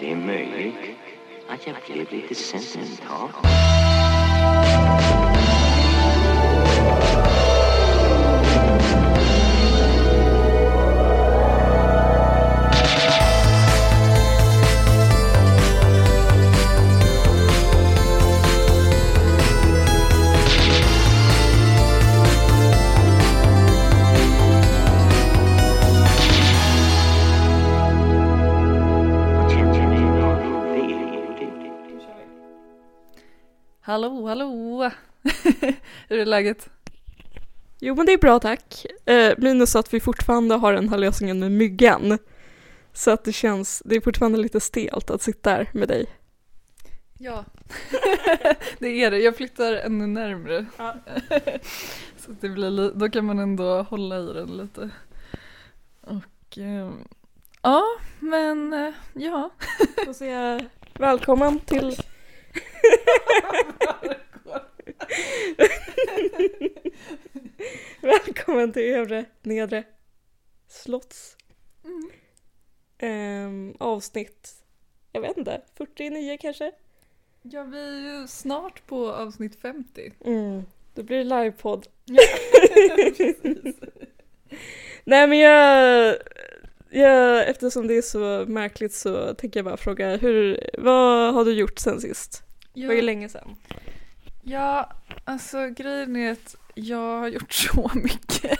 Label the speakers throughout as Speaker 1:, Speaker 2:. Speaker 1: Det är möjligt att jag blev lite sentimental. Och känner mig någon velig.
Speaker 2: Hallå, hallå! Hur är läget?
Speaker 3: Jo men det är bra tack. Eh, minus att vi fortfarande har den här lösningen med myggan. Så att det känns, det är fortfarande lite stelt att sitta där med dig.
Speaker 2: Ja, det är det. Jag flyttar ännu närmre. Så att det blir li- då kan man ändå hålla i den lite. Och ehm, ja, men eh, ja.
Speaker 3: Då säger jag välkommen till... välkommen till övre nedre slotts.
Speaker 2: Mm.
Speaker 3: Ehm, avsnitt, jag vet inte, 49 kanske?
Speaker 2: Ja, vi är ju snart på avsnitt 50.
Speaker 3: Mm. Då blir det livepodd.
Speaker 2: Ja, precis.
Speaker 3: Nej men jag, jag, eftersom det är så märkligt så tänker jag bara fråga, hur, vad har du gjort sen sist? Det var ju
Speaker 2: Ja,
Speaker 3: länge sen.
Speaker 2: ja, alltså grejen är att jag har gjort så mycket.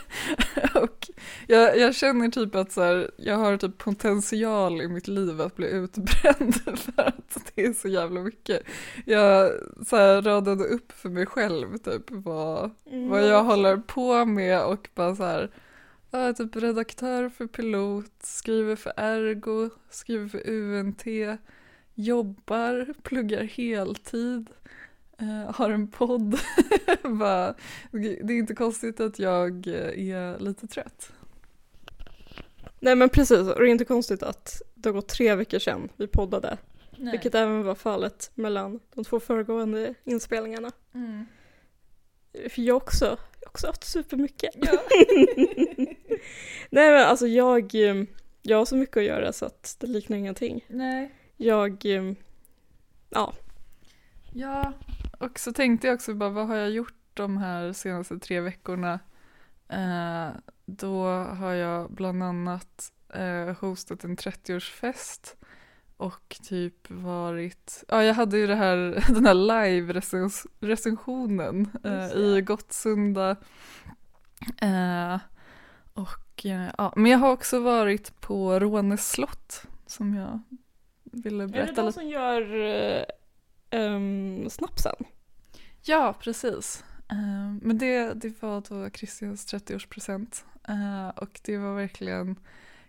Speaker 2: Och jag, jag känner typ att så här, jag har typ potential i mitt liv att bli utbränd för att det är så jävla mycket. Jag så här, radade upp för mig själv typ vad,
Speaker 3: Mm.
Speaker 2: vad jag håller på med och bara så här, jag är typ redaktör för Pilot, skriver för Ergo, skriver för UNT, jobbar, pluggar heltid, eh, har en podd. bara, det är inte konstigt att jag eh, är lite trött.
Speaker 3: Nej men precis, och det är inte konstigt att det har gått tre veckor sedan vi poddade. Vilket även var fallet mellan de två föregående inspelningarna.
Speaker 2: Mm.
Speaker 3: För jag också, jag har också haft supermycket.
Speaker 2: Ja.
Speaker 3: Nej men alltså jag, eh, jag har så mycket att göra så att det liknar ingenting.
Speaker 2: Nej.
Speaker 3: Jag, eh,
Speaker 2: Ja, och så tänkte jag också bara vad har jag gjort de här senaste tre veckorna? Eh, då har jag bland annat eh, hostat en 30-årsfest och typ varit, ja jag hade ju det här, den här live-recensionen eh,
Speaker 3: Just det.
Speaker 2: i Gottsunda. Eh, och eh, ja, men jag har också varit på Rånes slott som jag ville
Speaker 3: är det
Speaker 2: berätta
Speaker 3: de
Speaker 2: lite
Speaker 3: som gör eh, ehm, snapsen?
Speaker 2: Ja, precis. Eh, Men det, det var då Christians 30-årspresent Eh, och det var verkligen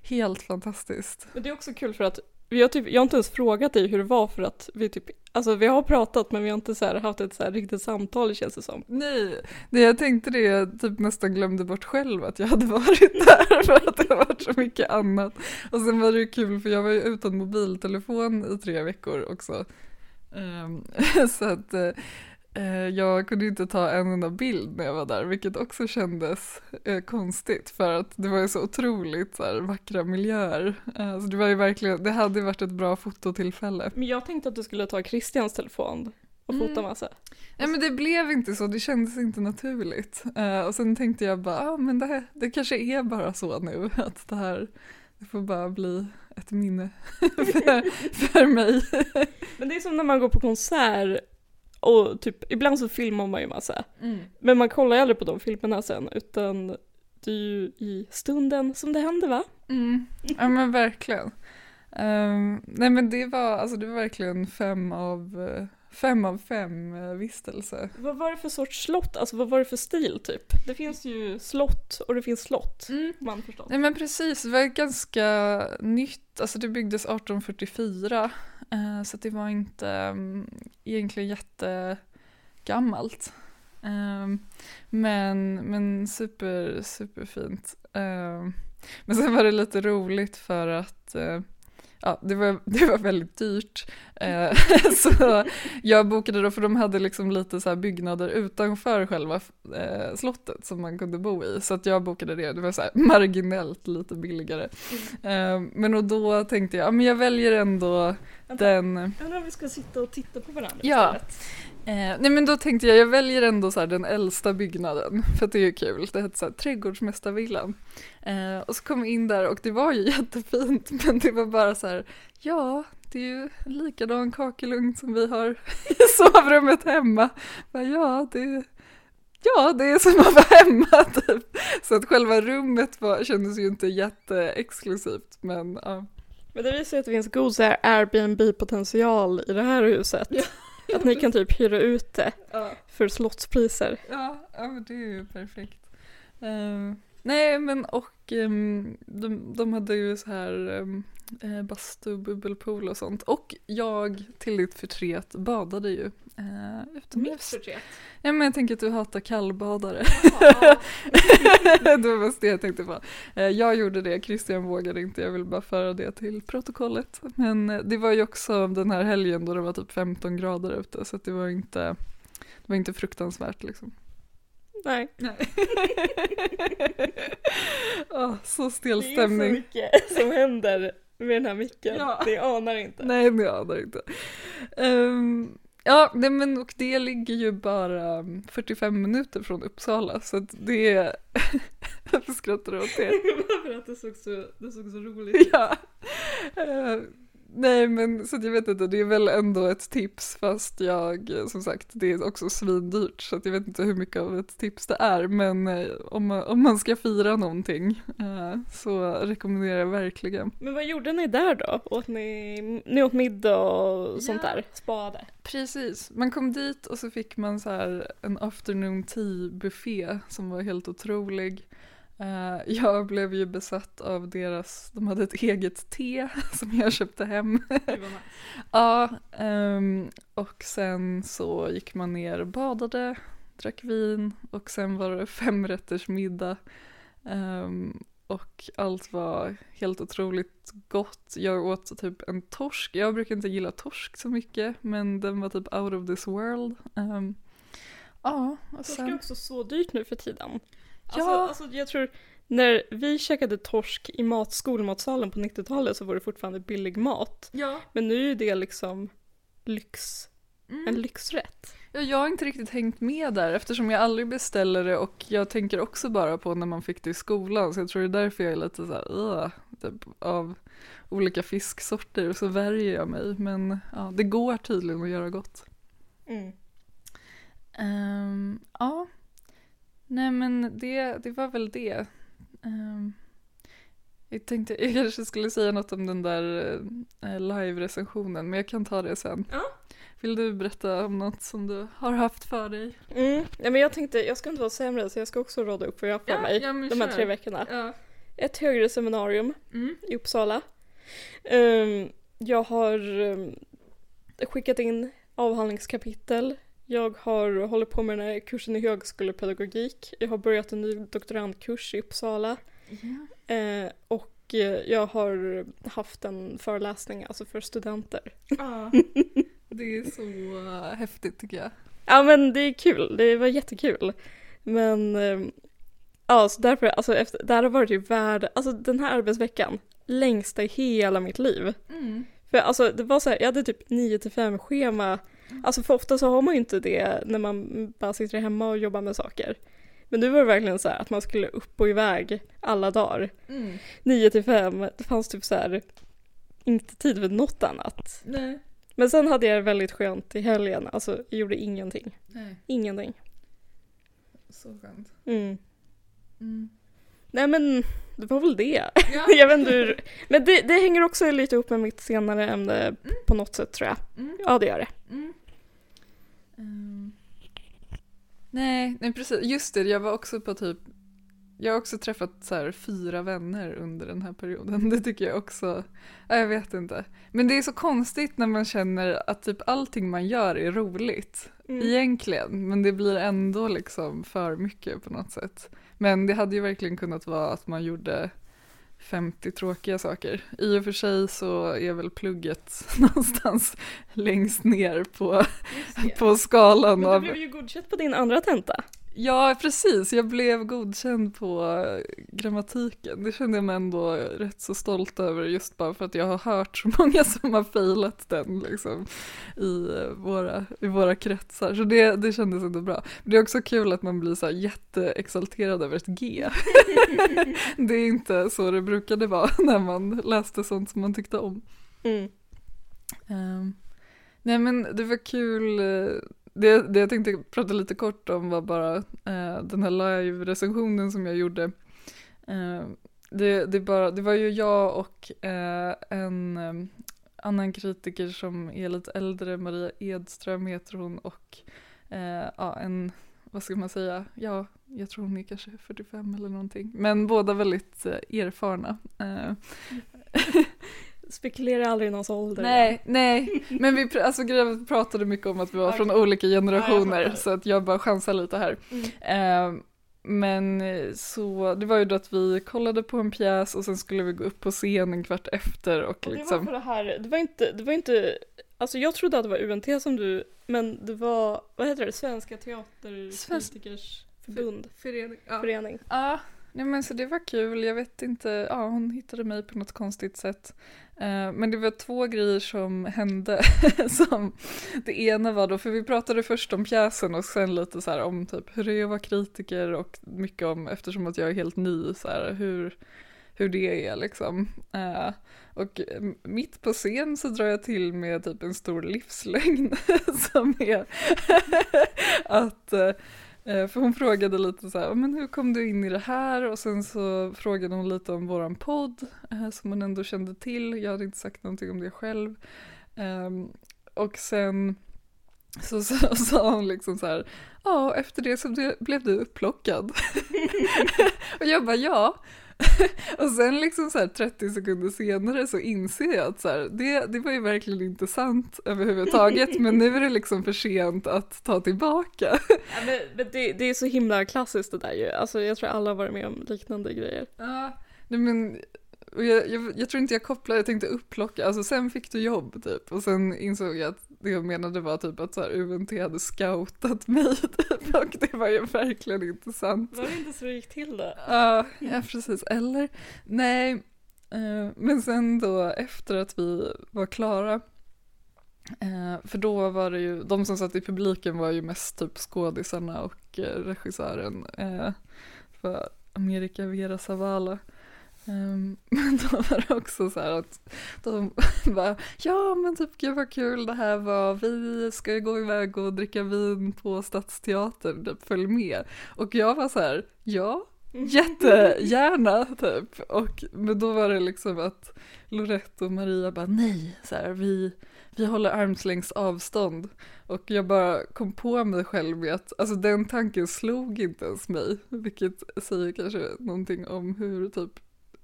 Speaker 2: helt fantastiskt.
Speaker 3: Men det är också kul för att vi har typ, jag har inte ens frågat dig hur det var för att vi typ, alltså vi har pratat men vi har inte så här haft ett så här riktigt samtal känns det som.
Speaker 2: Nej, nej, jag tänkte det, jag typ nästan glömde bort själv att jag hade varit där för att det har varit så mycket annat. Och sen var det ju kul för jag var ju utan mobiltelefon i tre veckor också. Eh, Så att eh, eh, jag kunde ju inte ta en enda bild när jag var där, vilket också kändes eh, konstigt för att det var ju så otroligt så här, vackra miljöer. Eh, Så det var ju verkligen, det hade ju varit ett bra fototillfälle.
Speaker 3: Men jag tänkte att du skulle ta Christians telefon och
Speaker 2: Mm.
Speaker 3: fota massa.
Speaker 2: Nej men det blev inte så, det kändes inte naturligt. Eh, och sen tänkte jag bara, ah, men det, här, det kanske är bara så nu att det här det får bara bli ett minne för, för mig.
Speaker 3: Men det är som när man går på konsert och typ, ibland så filmar man ju massa. Men man kollar ju aldrig på de filmerna sen utan det är ju i stunden som det händer va?
Speaker 2: Mm. Ja men verkligen. Ehm, nej men det var, alltså, det var verkligen fem av eh, fem, av fem eh, vistelse.
Speaker 3: Vad var det för sorts slott, alltså vad var det för stil typ? Det finns ju slott och det finns slott.
Speaker 2: Mm.
Speaker 3: Man förstår.
Speaker 2: Nej men precis, det var ju ganska nytt, alltså det byggdes 1844 eh, så att det var inte mm, egentligen jättegammalt. Eh, men, men super, Ehm, superfint. Eh, men sen var det lite roligt för att eh, ja, det var, det var väldigt dyrt. Eh, så jag bokade då, för de hade liksom lite så här byggnader utanför själva eh, slottet som man kunde bo i. Så att jag bokade det, det var så här marginellt lite billigare. Eh, men och då tänkte jag, ja, men jag väljer ändå
Speaker 3: Vänta.
Speaker 2: den
Speaker 3: Jag undrar om vi ska sitta och titta på varandra
Speaker 2: Ja.
Speaker 3: istället.
Speaker 2: Eh, nej men då tänkte jag, jag väljer ändå så här den äldsta byggnaden för att det är ju kul. Det hette så här Trädgårdsmästarvillan. Eh, och så kom jag in där och det var ju jättefint men det var bara så här, ja det är ju en likadan kakelugn som vi har i sovrummet hemma. Bara, ja, det, ja, det är som att vara hemma typ. Så att själva rummet var, kändes ju inte jätteexklusivt men ja.
Speaker 3: Men det visar ju att det finns god så här Airbnb-potential i det här huset. Att ni kan typ hyra ut det
Speaker 2: ja.
Speaker 3: för slottspriser.
Speaker 2: Ja, ja men det är ju perfekt. Eh, nej men och ehm, de, de hade ju så här um, bastu, bubbelpool och sånt. Och jag till ditt förtret badade ju uh, utomhus. Ja, men jag tänker att du hatar kallbadare. det var mest det jag tänkte på. Eh, Jag gjorde det, Christian vågade inte, jag ville bara föra det till protokollet. Men eh, det var ju också den här helgen då det var typ 15 grader ute så att det var inte, det var inte fruktansvärt liksom.
Speaker 3: Nej.
Speaker 2: Åh, så
Speaker 3: Det
Speaker 2: stel
Speaker 3: är så
Speaker 2: stämning.
Speaker 3: mycket som händer med den här micken.
Speaker 2: Ja.
Speaker 3: Det anar inte.
Speaker 2: Nej, men jag anar inte. Ehm, ja, nej, men och det ligger ju bara mm, 45 minuter från Uppsala så att det är... Varför skrattar du åt det?
Speaker 3: För att det såg så, det såg så roligt ut.
Speaker 2: Ja. Eh, nej men så att jag vet inte, det är väl ändå ett tips fast jag eh, som sagt det är också svindyrt så att jag vet inte hur mycket av ett tips det är men eh, om man, om man ska fira någonting eh, så rekommenderar jag verkligen.
Speaker 3: Men vad gjorde ni där då? Åt ni, ni åt middag och sånt
Speaker 2: Ja.
Speaker 3: där? Spade?
Speaker 2: Precis, man kom dit och så fick man så här en afternoon tea buffé som var helt otrolig. Eh, Jag blev ju besatt av deras, de hade ett eget te som jag köpte hem. Ja, ehm, och sen så gick man ner och badade, drack vin och sen var det femrätters middag. Ehm, och allt var helt otroligt gott. Jag åt typ en torsk. Jag brukar inte gilla torsk så mycket men den var typ out of this world. Ehm, ja, och
Speaker 3: Torsk är
Speaker 2: sen...
Speaker 3: Alltså, också så dyrt nu för tiden. Alltså,
Speaker 2: Ja.
Speaker 3: alltså jag tror, när vi käkade torsk i mat, skolmatsalen på 90-talet så var det fortfarande billig mat.
Speaker 2: Ja.
Speaker 3: Men nu är ju det liksom lyx,
Speaker 2: Mm.
Speaker 3: en lyxrätt.
Speaker 2: Ja, Jag har inte riktigt hängt med där eftersom jag aldrig beställer det och jag tänker också bara på när man fick det i skolan så jag tror det är därför jag är lite så här, "Ugh", typ, av olika fisksorter och så värjer jag mig men ja, det går tydligen att göra gott. Mm. Ehm, ja, nej men det, det var väl det. Ehm, jag tänkte jag kanske skulle säga något om den där eh, live-recensionen men jag kan ta det sen.
Speaker 3: Ja.
Speaker 2: Vill du berätta om något som du har haft för dig?
Speaker 3: Mm. Ja, men jag tänkte, jag ska inte vara sämre så jag ska också rada upp vad jag har för
Speaker 2: Ja,
Speaker 3: mig
Speaker 2: ja, men
Speaker 3: de här
Speaker 2: kör.
Speaker 3: tre veckorna.
Speaker 2: Ja.
Speaker 3: Ett högre seminarium
Speaker 2: Mm.
Speaker 3: i Uppsala. Ehm, jag har ehm, skickat in avhandlingskapitel. Jag har håller på med den här kursen i högskolepedagogik. Jag har börjat en ny doktorandkurs i Uppsala. Eh, och eh, jag har haft en föreläsning, alltså för studenter.
Speaker 2: Det är så eh, häftigt tycker jag.
Speaker 3: Ja men det är kul, det var jättekul. Men ehm, ja, så därför, alltså efter, det här har varit ju värd, alltså den här arbetsveckan, längsta i hela mitt liv.
Speaker 2: Mm.
Speaker 3: För alltså det var så här, jag hade typ 9 till 5 schema. Alltså för ofta så har man ju inte det när man bara sitter hemma och jobbar med saker. Men nu var det verkligen så här att man skulle upp och iväg alla dagar.
Speaker 2: Mm.
Speaker 3: 9 till 5, det fanns typ så här inte tid för något annat.
Speaker 2: Nej.
Speaker 3: Men sen hade jag det väldigt skönt i helgen, alltså jag gjorde ingenting.
Speaker 2: Nej,
Speaker 3: Ingenting.
Speaker 2: så skönt.
Speaker 3: Mm.
Speaker 2: Mm.
Speaker 3: Nej men det var väl det.
Speaker 2: Ja.
Speaker 3: jag vet inte hur... Men det, det hänger också lite ihop med mitt senare ämne på något sätt tror jag.
Speaker 2: Mm.
Speaker 3: Ja det gör det.
Speaker 2: Mm. Ehm. Nej, nej precis. Just det, jag var också på typ jag har också träffat så här fyra vänner under den här perioden. Det tycker jag också. Ja, Jag vet inte. Men det är så konstigt när man känner att typ allting man gör är roligt.
Speaker 3: Mm.
Speaker 2: Egentligen, men det blir ändå liksom för mycket på något sätt. Men det hade ju verkligen kunnat vara att man gjorde 50 tråkiga saker. I och för sig så är väl plugget någonstans längst ner på, på skalan
Speaker 3: Men du
Speaker 2: av...
Speaker 3: blev ju godkänt på din andra tenta.
Speaker 2: Ja, precis. Jag blev godkänd på grammatiken. Det kände jag mig ändå rätt så stolt över just bara för att jag har hört så många som har failat den liksom, i, eh, våra, i våra kretsar. Så det, det kändes ändå bra. Men det är också kul att man blir så här jätteexalterad över ett G. det är inte så det brukade vara när man läste sånt som man tyckte om.
Speaker 3: Mm.
Speaker 2: Ehm, nej men det var kul, eh, det, det jag tänkte prata lite kort om var bara eh, den här live-recensionen som jag gjorde. Ehm, det, det, bara, det var ju jag och eh, en eh, annan kritiker som är lite äldre, Maria Edström heter hon och eh, ja, en, vad ska man säga, ja, jag tror hon är kanske 45 eller någonting. Men båda väldigt eh, erfarna. Eh,
Speaker 3: Spekulera aldrig i någons ålder.
Speaker 2: Nej, nej. Men vi pr- alltså, grejen var att vi pratade mycket om att vi var
Speaker 3: Okej.
Speaker 2: från olika generationer
Speaker 3: Ja, jag fattar.
Speaker 2: så att jag bara chansar lite här.
Speaker 3: Mm.
Speaker 2: Eh, men eh, så det var ju då att vi kollade på en pjäs och sen skulle vi gå upp på scen en kvart efter och
Speaker 3: Och Det
Speaker 2: liksom.
Speaker 3: var på det här, det var inte, det var inte, alltså jag trodde att det var UNT som du, men det var, vad heter det, Svenska Teaterkritikers förbund,
Speaker 2: Förening. Ja.
Speaker 3: förening.
Speaker 2: Ja, nej men så det var kul. Jag vet inte, ja hon hittade mig på något konstigt sätt. Eh, Men det var två grejer som hände. som det ena var då, för vi pratade först om pjäsen och sen lite så här om typ hur det är att vara kritiker och mycket om, eftersom att jag är helt ny, så här hur, hur det är liksom. Eh, Och eh, mitt på scen så drar jag till med typ en stor livslögn som är att eh, Eh, För hon frågade lite så här, men hur kom du in i det här? Och sen så frågade hon lite om våran podd eh, som hon ändå kände till. Jag hade inte sagt någonting om det själv. Ehm, Och sen så sa- sa hon liksom så här, ja efter det så ble- blev du upplockad. och jag bara ja. och sen liksom så här 30 sekunder senare så inser jag att så här, det, det var ju verkligen inte sant överhuvudtaget men nu är det liksom för sent att ta tillbaka.
Speaker 3: Ja, men, men det, det är så himla klassiskt det där ju, alltså jag tror alla har varit med om liknande grejer.
Speaker 2: Ja, nej men och jag, jag, jag tror inte jag kopplade, jag tänkte upplocka, alltså sen fick du jobb typ och sen insåg jag att det jag menade var typ att så här, UNT hade scoutat mig typ och det var ju verkligen inte sant.
Speaker 3: Var det inte så det gick till då?
Speaker 2: Ja, ja precis, eller? Nej, eh, men sen då efter att vi var klara eh, för då var det ju, de som satt i publiken var ju mest typ skådisarna och eh, regissören. eh, för Amerika Vera Zavala. Ehm, Men då var det också så här att de bara, ja men typ gud vad kul det här var, vi ska ju gå iväg och dricka vin på Stadsteatern, typ följ med. Och jag var så här, ja, jättegärna typ. Och, men då var det liksom att Lorette och Maria bara, nej, så här, vi, vi håller armslängds avstånd. Och jag bara kom på mig själv med att alltså, den tanken slog inte ens mig, vilket säger kanske någonting om hur typ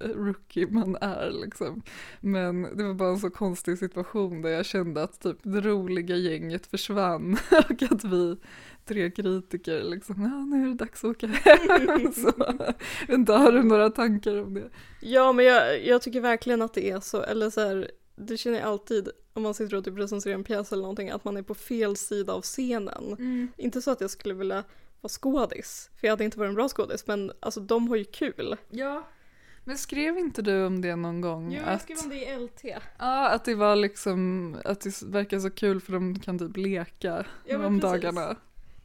Speaker 2: rookie man är liksom. Men det var bara en så konstig situation där jag kände att typ det roliga gänget försvann och att vi tre kritiker liksom, ja nu är det dags att åka hem. Så, jag vet inte, har du några tankar om det?
Speaker 3: Ja men jag, jag tycker verkligen att det är så, eller så här, det känner jag alltid om man sitter och typ recenserar en pjäs eller någonting, att man är på fel sida av scenen. Inte så att jag skulle vilja vara skådis, för jag hade inte varit en bra skådis, men alltså de har ju kul.
Speaker 2: Ja. Men skrev inte du om det någon gång? att,
Speaker 3: det i LT.
Speaker 2: ja, att det var liksom, att det verkar så kul för de kan typ leka
Speaker 3: Ja, men
Speaker 2: om
Speaker 3: precis.
Speaker 2: dagarna.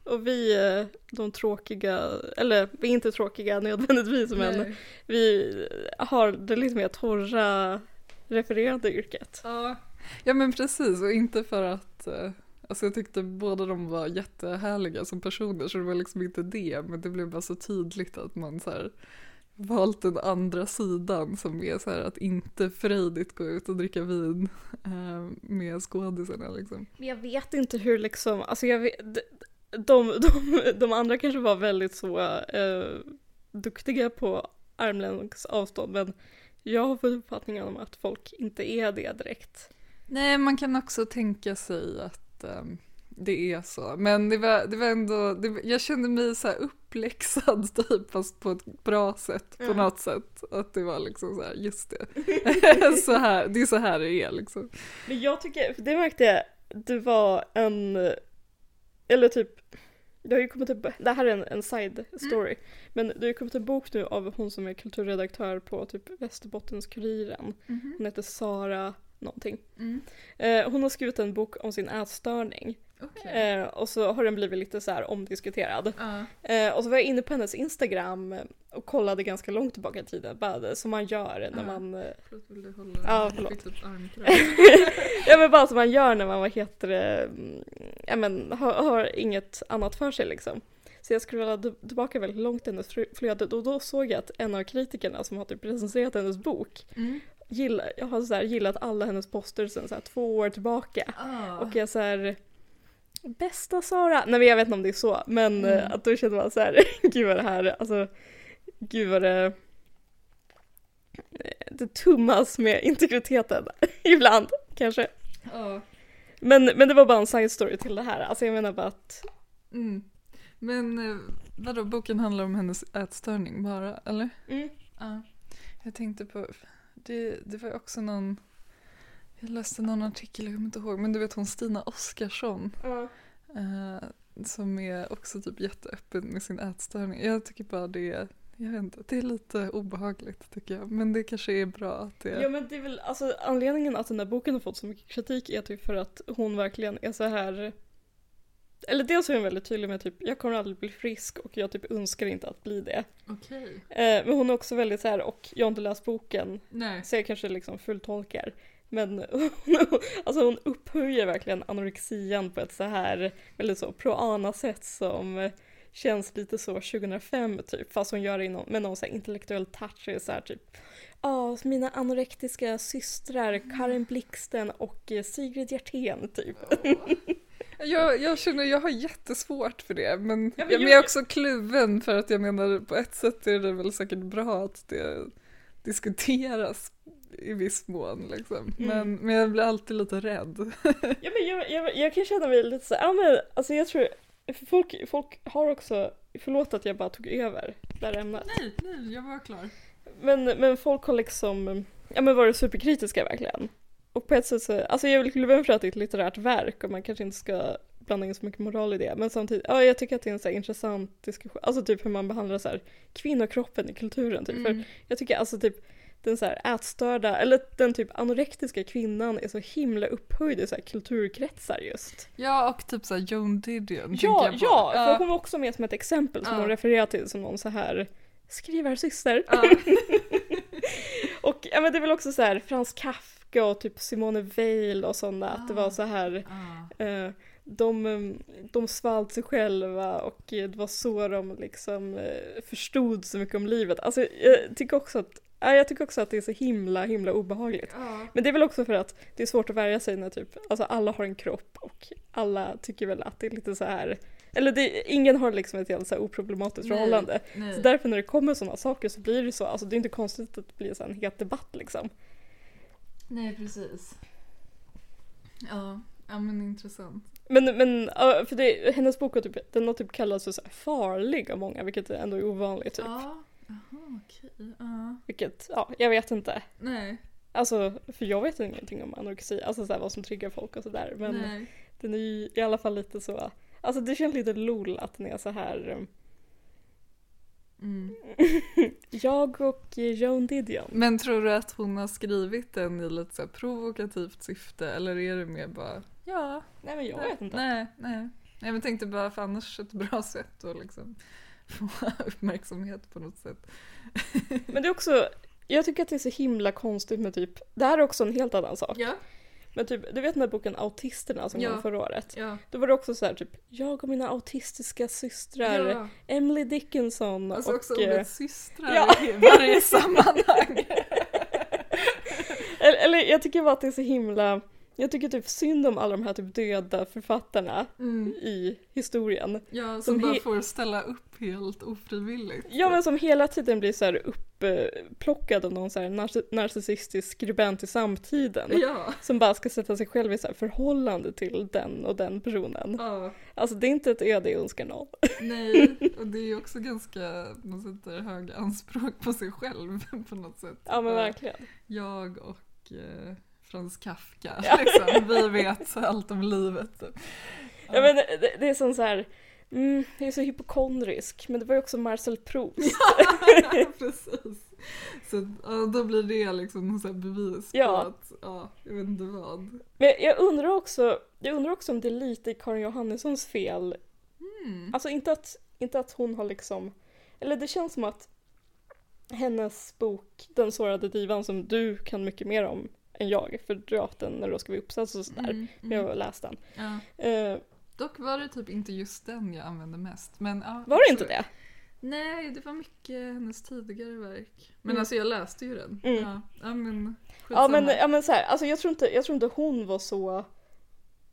Speaker 3: Och vi, eh, de tråkiga, eller vi är inte tråkiga nödvändigtvis, men vi har det lite mer torra refererande yrket.
Speaker 2: Ja. ja men precis och inte för att eh, Alltså jag tyckte båda de var jättehärliga som personer så det var liksom inte det men det blev bara så tydligt att man så här valt den andra sidan som är så här att inte frejdigt gå ut och dricka vin eh, med skådisarna liksom.
Speaker 3: Men jag vet inte hur liksom, alltså jag vet, de, de, de, de andra kanske var väldigt så eh, duktiga på armlängds avstånd, men jag har fått uppfattningen om att folk inte är det direkt.
Speaker 2: Nej, man kan också tänka sig att ehm, det är så. Men det var, det var ändå, det, jag kände mig så här uppläxad typ, fast på ett bra sätt på
Speaker 3: Ja.
Speaker 2: något sätt. Att det var liksom så här, just det. så här, det är så här det är liksom.
Speaker 3: Men jag tycker, för det märkte jag, det var en, eller typ, det har ju kommit upp, det här är en, en side story, men det har ju kommit en bok nu av hon som är kulturredaktör på typ Västerbottens-Kuriren. Hon heter Sara någonting.
Speaker 2: Mm-hmm, Mm.
Speaker 3: Eh, hon har skrivit en bok om sin ätstörning eh, och så har den blivit lite så här omdiskuterad.
Speaker 2: Ja.
Speaker 3: Eh, och så var jag inne på hennes Instagram och kollade ganska långt tillbaka i tiden, bara, som man gör när
Speaker 2: Ja.
Speaker 3: man eh,
Speaker 2: Förlåt, vill du
Speaker 3: Ja, förlåt.
Speaker 2: förlåt.
Speaker 3: Ja men bara som man gör när man vad heter det, mm, ja men har, har inget annat för sig liksom. Så jag scrollade tillbaka väldigt långt i hennes fl- flöde och då såg jag att en av kritikerna som har typ recenserat hennes bok
Speaker 2: Mm.
Speaker 3: gillar, jag har så här, gillat alla hennes poster sedan så här, två år tillbaka.
Speaker 2: Ah,
Speaker 3: Och jag så här bästa Sara, nej men jag vet inte om det är så men
Speaker 2: Mm.
Speaker 3: eh, att då kände man så här gud vad det här, alltså gud vad det eh, det tummas med integriteten ibland kanske.
Speaker 2: Ja.
Speaker 3: Men, men det var bara en side story till det här. Alltså jag menar bara att
Speaker 2: Mm. Men eh, vadå, boken handlar om hennes ätstörning bara, eller?
Speaker 3: mm,
Speaker 2: Ja. Jag tänkte på, det, det var ju också någon, jag läste någon artikel, jag kommer inte ihåg, men du vet hon Stina Oskarsson
Speaker 3: ja.
Speaker 2: eh, som är också typ jätteöppen med sin ätstörning. Jag tycker bara det är, jag vet inte, det är lite obehagligt tycker jag, men det kanske är bra att det
Speaker 3: ja men det är väl alltså anledningen att den här boken har fått så mycket kritik är typ för att hon verkligen är så här eller dels är hon väldigt tydlig med typ jag kommer aldrig bli frisk och jag typ önskar inte att bli det.
Speaker 2: Okej.
Speaker 3: Eh, men hon är också väldigt så här och jag har inte läst boken
Speaker 2: Nej.
Speaker 3: så jag kanske liksom fulltolkar. Men alltså hon upphöjer verkligen anorexian på ett så här väldigt så pro-ana-sätt som känns lite så 2005 typ, fast hon gör det inom, med någon så här intellektuell touch. Det är Så här, typ, ja, mina anorektiska systrar Karin Blixten och eh, Sigrid Hjertén typ.
Speaker 2: Jag, jag känner, jag har jättesvårt för det men,
Speaker 3: Ja, men
Speaker 2: men jag,
Speaker 3: jag-
Speaker 2: är också kluven för att jag menar på ett sätt är det väl säkert bra att det diskuteras i viss mån liksom. Men, men jag blir alltid lite rädd.
Speaker 3: Ja, men jag, jag, jag kan känna mig lite så här, ja men alltså jag tror, för folk, folk har också, förlåt att jag bara tog över det här ämnet.
Speaker 2: Nej, nej, jag var klar.
Speaker 3: Men, men folk har liksom, ja men varit superkritiska verkligen. Och på ett sätt så, alltså jag vill kluven för att det är ett litterärt verk och man kanske inte ska blanda in så mycket moral i det. Men samtidigt, ja jag tycker att det är en så här intressant diskussion, alltså typ hur man behandlar så här kvinnokroppen i kulturen typ.
Speaker 2: Mm.
Speaker 3: För jag tycker alltså typ den så här ätstörda, eller den typ anorektiska kvinnan är så himla upphöjd i så här kulturkretsar just.
Speaker 2: Ja, och typ såhär Joan Didion tänker
Speaker 3: Ja,
Speaker 2: jag på.
Speaker 3: ja! För hon var också med som ett exempel som
Speaker 2: Ja.
Speaker 3: hon refererar till som någon så här skrivarsyster.
Speaker 2: ja.
Speaker 3: Och ja, men det är väl också så här Frans Kafka och typ Simone Weil och sådana, att det var så här
Speaker 2: ja.
Speaker 3: eh, de, eh, de svalt sig själva och eh, det var så de liksom eh, förstod så mycket om livet. Alltså jag tycker också att, ja, jag tycker också att det är så himla, himla obehagligt.
Speaker 2: Ja.
Speaker 3: Men det är väl också för att det är svårt att värja sig när typ, alltså alla har en kropp och alla tycker väl att det är lite så här eller det, ingen har liksom ett helt så här oproblematiskt
Speaker 2: Nej.
Speaker 3: förhållande.
Speaker 2: Nej.
Speaker 3: Så därför när det kommer sådana saker så blir det så, alltså det är inte konstigt att det blir så här en het debatt liksom.
Speaker 2: nej, precis. Ja, ja men intressant.
Speaker 3: Men, men ja, för det, hennes bok har typ, den har typ kallats för så här farlig av många, vilket ändå är ovanligt typ.
Speaker 2: Ja, jaha okej. Ja.
Speaker 3: Vilket, ja, jag vet inte.
Speaker 2: Nej,
Speaker 3: Alltså, för jag vet ingenting om anorexi, alltså så här, vad som triggar folk och sådär. Men
Speaker 2: nej.
Speaker 3: den är ju i alla fall lite så, alltså det känns lite lol att den är så här um,
Speaker 2: Mm.
Speaker 3: jag och Joan Didion.
Speaker 2: Men tror du att hon har skrivit den i lite så här provokativt syfte eller är det mer bara ja,
Speaker 3: Nej men jag
Speaker 2: nej,
Speaker 3: vet inte.
Speaker 2: nej, nej. Nej, men tänkte bara för annars ett bra sätt att liksom få uppmärksamhet på något sätt.
Speaker 3: Men det är också, jag tycker att det är så himla konstigt med typ, det här är också en helt annan sak.
Speaker 2: Ja,
Speaker 3: Men typ, du vet den här boken Autisterna som
Speaker 2: Ja.
Speaker 3: kom förra året?
Speaker 2: ja.
Speaker 3: Då var det också så här typ, jag och mina autistiska systrar,
Speaker 2: ja.
Speaker 3: Emily Dickinson
Speaker 2: Alltså
Speaker 3: och...
Speaker 2: också
Speaker 3: eh,
Speaker 2: ordet systrar
Speaker 3: ja.
Speaker 2: i varje sammanhang.
Speaker 3: eller, eller jag tycker bara att det är så himla... Jag tycker typ synd om alla de här typ döda författarna
Speaker 2: Mm.
Speaker 3: i historien.
Speaker 2: Ja, som,
Speaker 3: Som
Speaker 2: bara
Speaker 3: he-
Speaker 2: får ställa upp helt ofrivilligt.
Speaker 3: Ja men som hela tiden blir så här upplockad av någon så här narci- narcissistisk skribent i samtiden.
Speaker 2: Ja.
Speaker 3: Som bara ska sätta sig själv i så här förhållande till den och den personen.
Speaker 2: ja.
Speaker 3: Alltså det är inte ett öde jag önskar någon.
Speaker 2: Nej, och det är ju också ganska, man sätter höga anspråk på sig själv på något sätt.
Speaker 3: Ja men
Speaker 2: Bara,
Speaker 3: verkligen.
Speaker 2: Jag och eh, Frans Kafka,
Speaker 3: Ja.
Speaker 2: liksom. vi vet allt om livet.
Speaker 3: Ja, men det, det är som så här, mm, det är så hypokondrisk, men det var ju också Marcel Proust.
Speaker 2: Precis. Så att, ja, då blir det liksom någon så här bevis
Speaker 3: Ja.
Speaker 2: på att, ja, jag vet inte vad.
Speaker 3: Men jag undrar också, jag undrar också om det är lite Karin Johannissons fel.
Speaker 2: Mm.
Speaker 3: Alltså inte att, inte att hon har liksom, eller det känns som att hennes bok Den sårade divan som du kan mycket mer om än jag, för du åt den när du skrev uppsats och sådär.
Speaker 2: Mm,
Speaker 3: Men jag
Speaker 2: mm.
Speaker 3: har läst den.
Speaker 2: Ja.
Speaker 3: Eh,
Speaker 2: Dock var det typ inte just den jag använde mest. Men, ja,
Speaker 3: var det inte
Speaker 2: absolut.
Speaker 3: det?
Speaker 2: Nej, det var mycket hennes tidigare verk. Men
Speaker 3: Mm.
Speaker 2: alltså jag läste ju den.
Speaker 3: Mm.
Speaker 2: Ja. ja, men
Speaker 3: Ja men,
Speaker 2: skitsamma.
Speaker 3: ja, men så här, alltså jag tror, inte, jag tror inte hon var så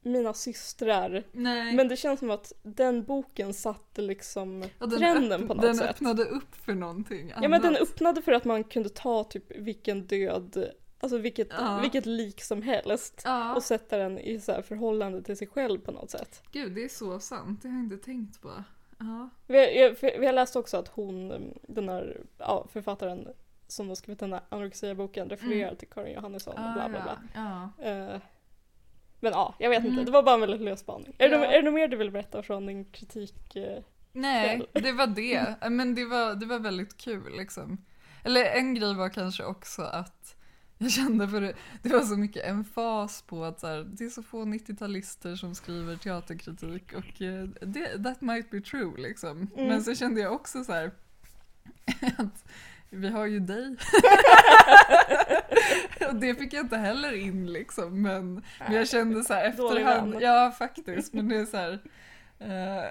Speaker 3: mina systrar
Speaker 2: Nej.
Speaker 3: Men det känns som att den boken satte liksom
Speaker 2: Ja,
Speaker 3: trenden
Speaker 2: öpp-
Speaker 3: på något
Speaker 2: den
Speaker 3: sätt.
Speaker 2: öppnade upp för någonting annat.
Speaker 3: Ja men den öppnade för att man kunde ta typ vilken död, alltså vilket,
Speaker 2: Ja.
Speaker 3: vilket lik som helst
Speaker 2: Ja,
Speaker 3: och sätta den i så här förhållande till sig själv på något sätt.
Speaker 2: gud det är så sant. Det har jag inte tänkt på. Ja.
Speaker 3: Vi, jag, för- vi har läst också att hon, den här ja, författaren som har skrivit den här anorexia-boken refererar till Karin Johannisson och bla bla bla.
Speaker 2: Mm. Ah, Ja. ja.
Speaker 3: Eh, men ja, jag vet inte,
Speaker 2: Mm.
Speaker 3: det var bara en väldigt lös spaning. Är, det,
Speaker 2: Ja.
Speaker 3: något- är det något mer du vill berätta från din kritik? eh?
Speaker 2: Nej, det var det. Men det var, det var väldigt kul liksom. Eller en grej var kanske också att jag kände för det, det var så mycket emfas på att så här, det är så få 90-talister som skriver teaterkritik och eh, det, that might be true liksom.
Speaker 3: Mm.
Speaker 2: Men så kände jag också så här att vi har ju dig. och det fick jag inte heller in liksom men, men jag kände så här
Speaker 3: Dålig
Speaker 2: efterhand,
Speaker 3: vän.
Speaker 2: ja faktiskt men det är så här eh,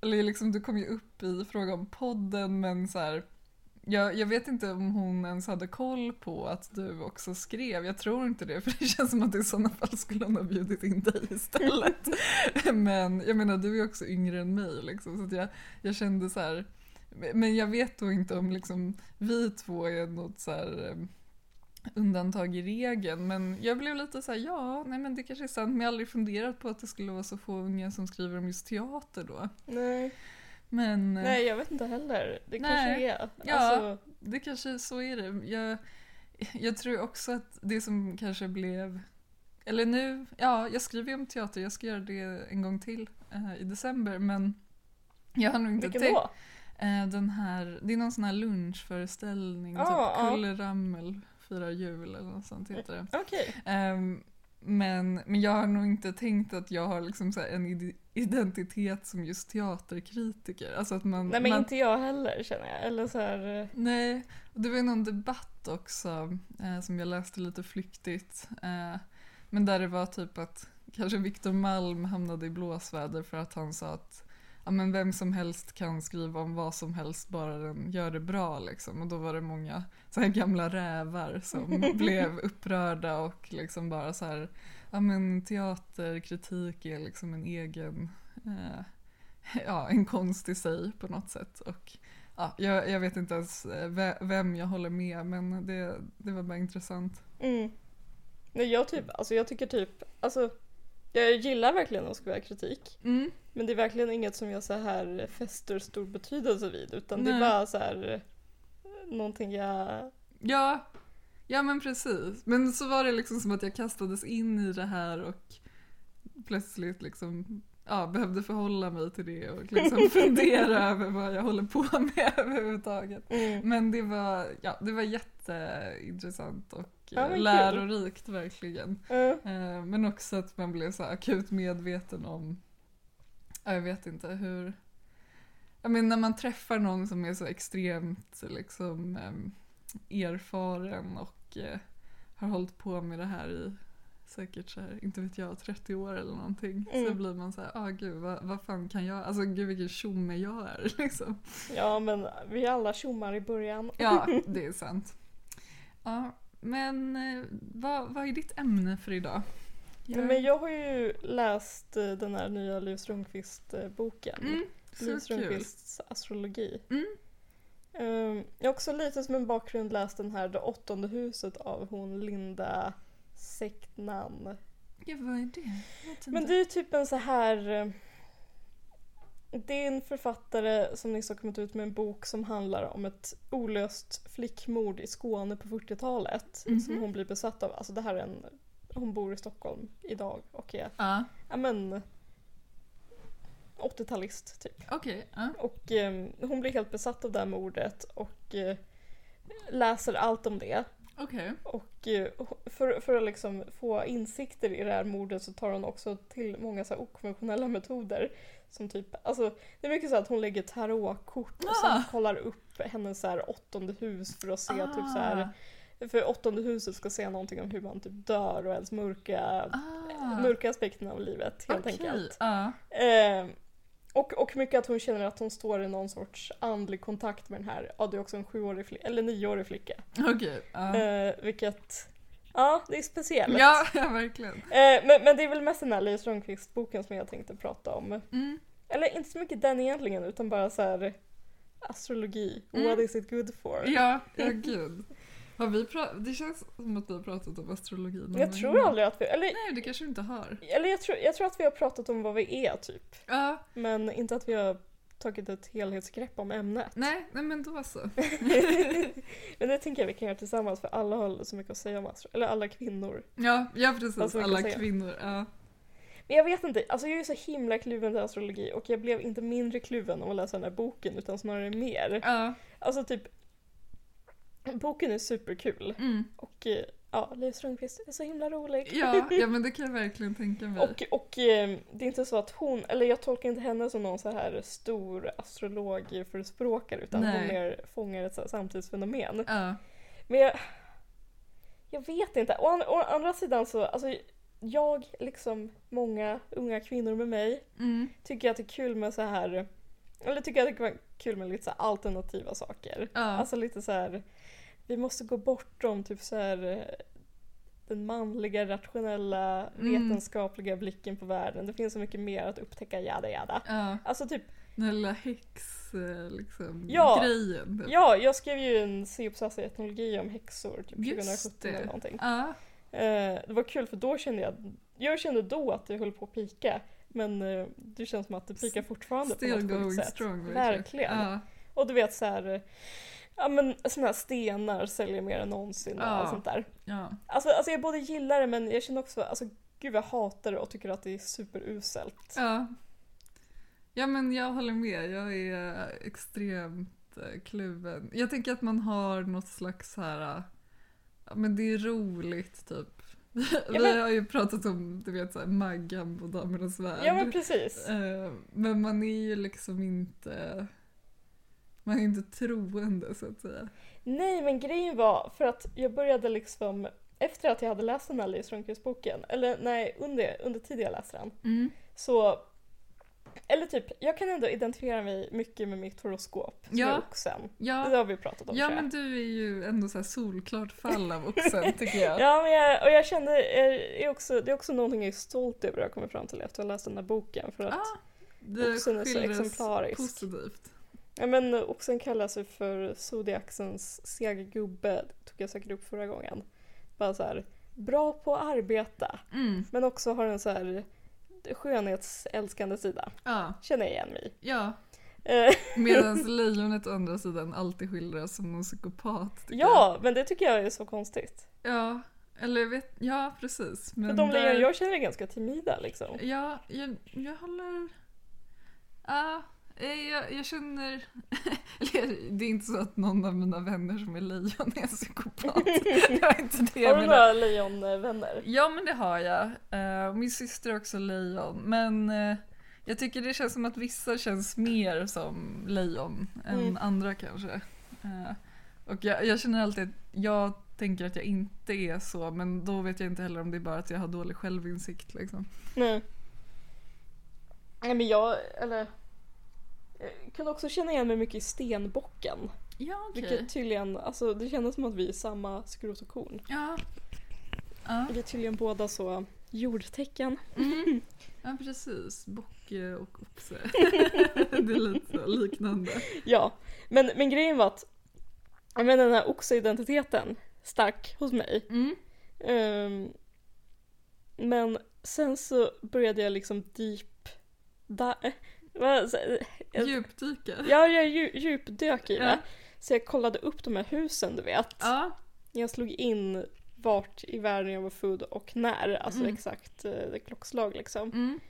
Speaker 2: eller liksom, du kom ju upp i fråga om podden, men så här, jag, jag vet inte om hon ens hade koll på att du också skrev. Jag tror inte det, för det känns som att i sådana fall skulle hon ha bjudit in dig istället. men jag menar, du är också yngre än mig, liksom, så att jag, jag kände så här... Men jag vet då inte om liksom, vi två är något så här eh, undantag i regeln, men jag blev lite så här, ja, nej men det kanske är sant, men jag har aldrig funderat på att det skulle vara så få unga som skriver om just teater då.
Speaker 3: Nej.
Speaker 2: Men eh,
Speaker 3: Nej, jag vet inte heller. Det
Speaker 2: Nej.
Speaker 3: kanske är.
Speaker 2: Ja.
Speaker 3: Alltså,
Speaker 2: det kanske, så är det. Jag, jag tror också att det som kanske blev, eller nu, ja jag skriver ju om teater, jag ska göra det en gång till eh, i december men jag har nog inte
Speaker 3: vilken
Speaker 2: tänkt.
Speaker 3: då?
Speaker 2: Eh, den här, det är någon sån här lunchföreställning,
Speaker 3: Ja,
Speaker 2: typ
Speaker 3: ja.
Speaker 2: Kullerammel firar jul eller något sånt heter det.
Speaker 3: Okej.
Speaker 2: Ehm, men, men jag har nog inte tänkt att jag har liksom så här en ide- identitet som just teaterkritiker. Alltså att man,
Speaker 3: Nej men
Speaker 2: man
Speaker 3: inte jag heller känner jag. Eller så här... eh,
Speaker 2: Nej, och det var ju någon debatt också eh, som jag läste lite flyktigt. Eh, men där det var typ att kanske Victor Malm hamnade i blåsväder för att han sa att ja, men vem som helst kan skriva om vad som helst bara den gör det bra. Liksom. Och då var det många så här gamla rävar som blev upprörda och liksom bara så här, ja men teaterkritik är liksom en egen, eh, ja en konst i sig på något sätt. Och Ja, jag, jag vet inte ens eh, ve- vem jag håller med men det, det var bara intressant.
Speaker 3: Mm. Nej jag typ, alltså jag tycker typ, alltså jag gillar verkligen att skriva kritik.
Speaker 2: Mm.
Speaker 3: Men det är verkligen inget som jag så här fäster stor betydelse vid. Utan det är
Speaker 2: Nej.
Speaker 3: bara så här eh, någonting jag...
Speaker 2: Ja, ja men precis. Men så var det liksom som att jag kastades in i det här och plötsligt liksom ja, behövde förhålla mig till det och liksom fundera över vad jag håller på med överhuvudtaget.
Speaker 3: Mm.
Speaker 2: Men det var, ja, det var jätteintressant och
Speaker 3: Ja,
Speaker 2: eh,
Speaker 3: men kul.
Speaker 2: lärorikt verkligen.
Speaker 3: eh,
Speaker 2: Eh, Men också att man blev så här akut medveten om, ja, jag vet inte hur, jag menar när man träffar någon som är så extremt liksom ehm, erfaren och eh, har hållit på med det här i säkert så här, inte vet jag, 30 år eller någonting. Så
Speaker 3: Mm.
Speaker 2: blir man så här, ah gud vad, vad fan kan jag, alltså gud vilken tjomme jag är liksom.
Speaker 3: Ja men vi är alla tjommar i början.
Speaker 2: Ja, det är sant. Ja, men eh, vad, vad är ditt ämne för idag?
Speaker 3: Nej, Men jag har ju läst eh, den här nya eh, Livs Rundqvist-boken.
Speaker 2: Mm,
Speaker 3: Livs
Speaker 2: så kul.
Speaker 3: Rundqvists astrologi.
Speaker 2: Mm.
Speaker 3: Ehm, jag har också lite som en bakgrund läst den här Det åttonde huset av hon Linda Sektnan.
Speaker 2: Ja, vad är det? Jag vet
Speaker 3: Men
Speaker 2: inte.
Speaker 3: det är typ en så här... eh, Det är en författare som nyss har kommit ut med en bok som handlar om ett olöst flickmord i Skåne på 40-talet. Som
Speaker 2: Mhm.
Speaker 3: hon blir besatt av. Alltså det här är en... Hon bor i Stockholm idag och är
Speaker 2: Ja,
Speaker 3: ja men 80-talist typ.
Speaker 2: okej. ah, ja.
Speaker 3: Och eh, hon blir helt besatt av det här mordet och eh, läser allt om det.
Speaker 2: Okej.
Speaker 3: Och eh, för, för att liksom få insikter i det här mordet så tar hon också till många så här okonventionella metoder. Som typ, alltså, det är mycket så att hon lägger tarotkort och
Speaker 2: Ah.
Speaker 3: sen kollar upp hennes så här åttonde hus för att se typ så här,
Speaker 2: Ah!
Speaker 3: för åttonde huset ska se någonting om hur man typ dör och ens mörka,
Speaker 2: Ah.
Speaker 3: mörka aspekten av livet eh, helt
Speaker 2: Okej, ah.
Speaker 3: enkelt.
Speaker 2: Ja.
Speaker 3: Eh, och, och mycket att hon känner att hon står i någon sorts andlig kontakt med den här, ja det är också en sjuårig fli- eller nioårig flicka.
Speaker 2: Okej. ja.
Speaker 3: Eh, vilket, ja det är speciellt.
Speaker 2: Ja, ja, verkligen.
Speaker 3: Eh, men, men det är väl mest den här Louise Rönnqvist-boken som jag tänkte prata om.
Speaker 2: Mm.
Speaker 3: Eller inte så mycket den egentligen utan bara så här astrologi,
Speaker 2: Mm.
Speaker 3: what is it good for?
Speaker 2: Ja, ja gud. Har vi pra- det känns som att vi har pratat om astrologi någon
Speaker 3: Jag
Speaker 2: gång
Speaker 3: tror
Speaker 2: innan.
Speaker 3: aldrig att vi, eller,
Speaker 2: Nej, det kanske vi inte har.
Speaker 3: eller jag, tror, jag tror att vi har pratat om vad vi är typ.
Speaker 2: Ja,
Speaker 3: Men inte att vi har tagit ett helhetsgrepp om ämnet.
Speaker 2: nej, nej, men då så.
Speaker 3: Men det tänker jag vi kan göra tillsammans för alla har så mycket att säga om astro, eller alla kvinnor.
Speaker 2: Ja, ja precis.
Speaker 3: Alltså, man kan
Speaker 2: Alla
Speaker 3: säga.
Speaker 2: kvinnor. Ja.
Speaker 3: Men jag vet inte, alltså jag är så himla kluven till astrologi och jag blev inte mindre kluven av att läsa den här boken utan snarare mer.
Speaker 2: Ja,
Speaker 3: Alltså typ, boken är superkul
Speaker 2: mm.
Speaker 3: och eh, ja, Liv Strömquist är så himla rolig.
Speaker 2: ja, ja, men det kan jag verkligen tänka mig.
Speaker 3: Och, och eh, det är inte så att hon, eller jag tolkar inte henne som någon så här stor astrologförespråkare utan hon
Speaker 2: Nej.
Speaker 3: mer fångar ett så här samtidsfenomen.
Speaker 2: Ja,
Speaker 3: Men jag, jag vet inte. Å, an, å andra sidan så, alltså jag, liksom många unga kvinnor med mig,
Speaker 2: mm.
Speaker 3: tycker att det är kul med så här eller tycker att det kan vara kul med lite så här alternativa saker.
Speaker 2: Ja.
Speaker 3: Alltså lite så här vi måste gå bortom typ så här eh, den manliga, rationella,
Speaker 2: Mm.
Speaker 3: vetenskapliga blicken på världen. Det finns så mycket mer att upptäcka, jada jada.
Speaker 2: ja.
Speaker 3: Alltså typ
Speaker 2: Den här lilla häx, eh, liksom,
Speaker 3: Ja.
Speaker 2: grejen.
Speaker 3: Ja, jag skrev ju en C-uppsats i etnologi om häxor typ
Speaker 2: Just
Speaker 3: 2017 eller
Speaker 2: det.
Speaker 3: någonting.
Speaker 2: Ja,
Speaker 3: Eh, det var kul för då kände jag, jag kände då att det höll på att pika. Men eh, det känns som att det pikar fortfarande på
Speaker 2: still
Speaker 3: något sjukt
Speaker 2: going
Speaker 3: sätt.
Speaker 2: strong.
Speaker 3: Verkligen.
Speaker 2: Ja,
Speaker 3: Och du vet så här, eh, ja men såna här stenar säljer mer än någonsin och
Speaker 2: Ja.
Speaker 3: allt sånt där.
Speaker 2: ja.
Speaker 3: Alltså, alltså jag både gillar det men jag känner också, alltså gud jag hatar det och tycker att det är superuselt.
Speaker 2: Ja. ja, men jag håller med. Jag är extremt eh, kluven. Jag tänker att man har något slags så här... eh, Ja, men det är roligt, typ.
Speaker 3: Ja,
Speaker 2: Vi
Speaker 3: men-
Speaker 2: har ju pratat om du vet, så här, Maggan på Damernas Värld.
Speaker 3: Ja men precis.
Speaker 2: Eh, men man är ju liksom inte... Man är inte troende, så att säga.
Speaker 3: Nej, men grejen var för att jag började liksom efter att jag hade läst den här Liv Strömquist-boken, eller nej, under, under tiden jag läste den, så... Eller typ, jag kan ändå identifiera mig mycket med mitt horoskop som
Speaker 2: Ja.
Speaker 3: är oxen. Det
Speaker 2: Ja,
Speaker 3: har vi pratat om
Speaker 2: ja,
Speaker 3: tror jag.
Speaker 2: men du är ju ändå så här solklart fall av oxen, tycker jag.
Speaker 3: Ja, men jag, och jag kände, jag är också, det är också någonting jag är stolt över att jag kommit fram till efter att ha läst den här boken. För att,
Speaker 2: Ah, det
Speaker 3: Oxen är så
Speaker 2: skildras
Speaker 3: exemplarisk.
Speaker 2: positivt.
Speaker 3: ja, men oxen kallas ju för zodiaxens segergubbe, det tog jag säkert upp förra gången. Bara så här, bra på att arbeta.
Speaker 2: Mm.
Speaker 3: Men också har en så här skönhetsälskande sida.
Speaker 2: Ja,
Speaker 3: Känner jag igen mig i.
Speaker 2: ja.
Speaker 3: Eh,
Speaker 2: Medan lejonet å andra sidan alltid skildras som någon psykopat. tycker
Speaker 3: ja, men det tycker jag är så konstigt.
Speaker 2: jag. ja! Eller jag vet, ja precis.
Speaker 3: För
Speaker 2: Men
Speaker 3: de lejon
Speaker 2: där-
Speaker 3: jag känner är ganska timida liksom.
Speaker 2: Ja, jag, jag håller... Ja, eh, jag, jag känner... Eller, det är inte så att någon av mina vänner som är lejon är psykopat. det var inte det jag
Speaker 3: Har du
Speaker 2: menade.
Speaker 3: några lejonvänner?
Speaker 2: Ja, men det har jag. Eh, min syster är också lejon. Men eh, jag tycker det känns som att vissa känns mer som lejon än
Speaker 3: Mm.
Speaker 2: andra kanske. Eh, och jag, jag känner alltid att jag tänker att jag inte är så, men då vet jag inte heller om det är bara att jag har dålig självinsikt. Liksom.
Speaker 3: Nej. Nej, men jag, eller... Jag kunde också känna igen mig mycket i stenbocken.
Speaker 2: Ja,
Speaker 3: Vilket tydligen, alltså det kändes som att vi är samma skrot och korn.
Speaker 2: Ja. Ja.
Speaker 3: Vi är tydligen båda så Jordtecken.
Speaker 2: Mm. Ja precis, bock eh, och oxe. det är lite så liknande.
Speaker 3: Ja, men, men grejen var att jag menar, den här oxidentiteten stark hos mig.
Speaker 2: Mm.
Speaker 3: Ehm, men sen så började jag liksom deep... Da, eh, vad, så- Jag-
Speaker 2: Djupdyka.
Speaker 3: ja, jag dju- djupdök i det.
Speaker 2: Ja.
Speaker 3: Så jag kollade upp de här husen du vet.
Speaker 2: Ja.
Speaker 3: Jag slog in vart i världen jag var född och när, alltså
Speaker 2: Mm.
Speaker 3: exakt eh, klockslag liksom.
Speaker 2: Mm.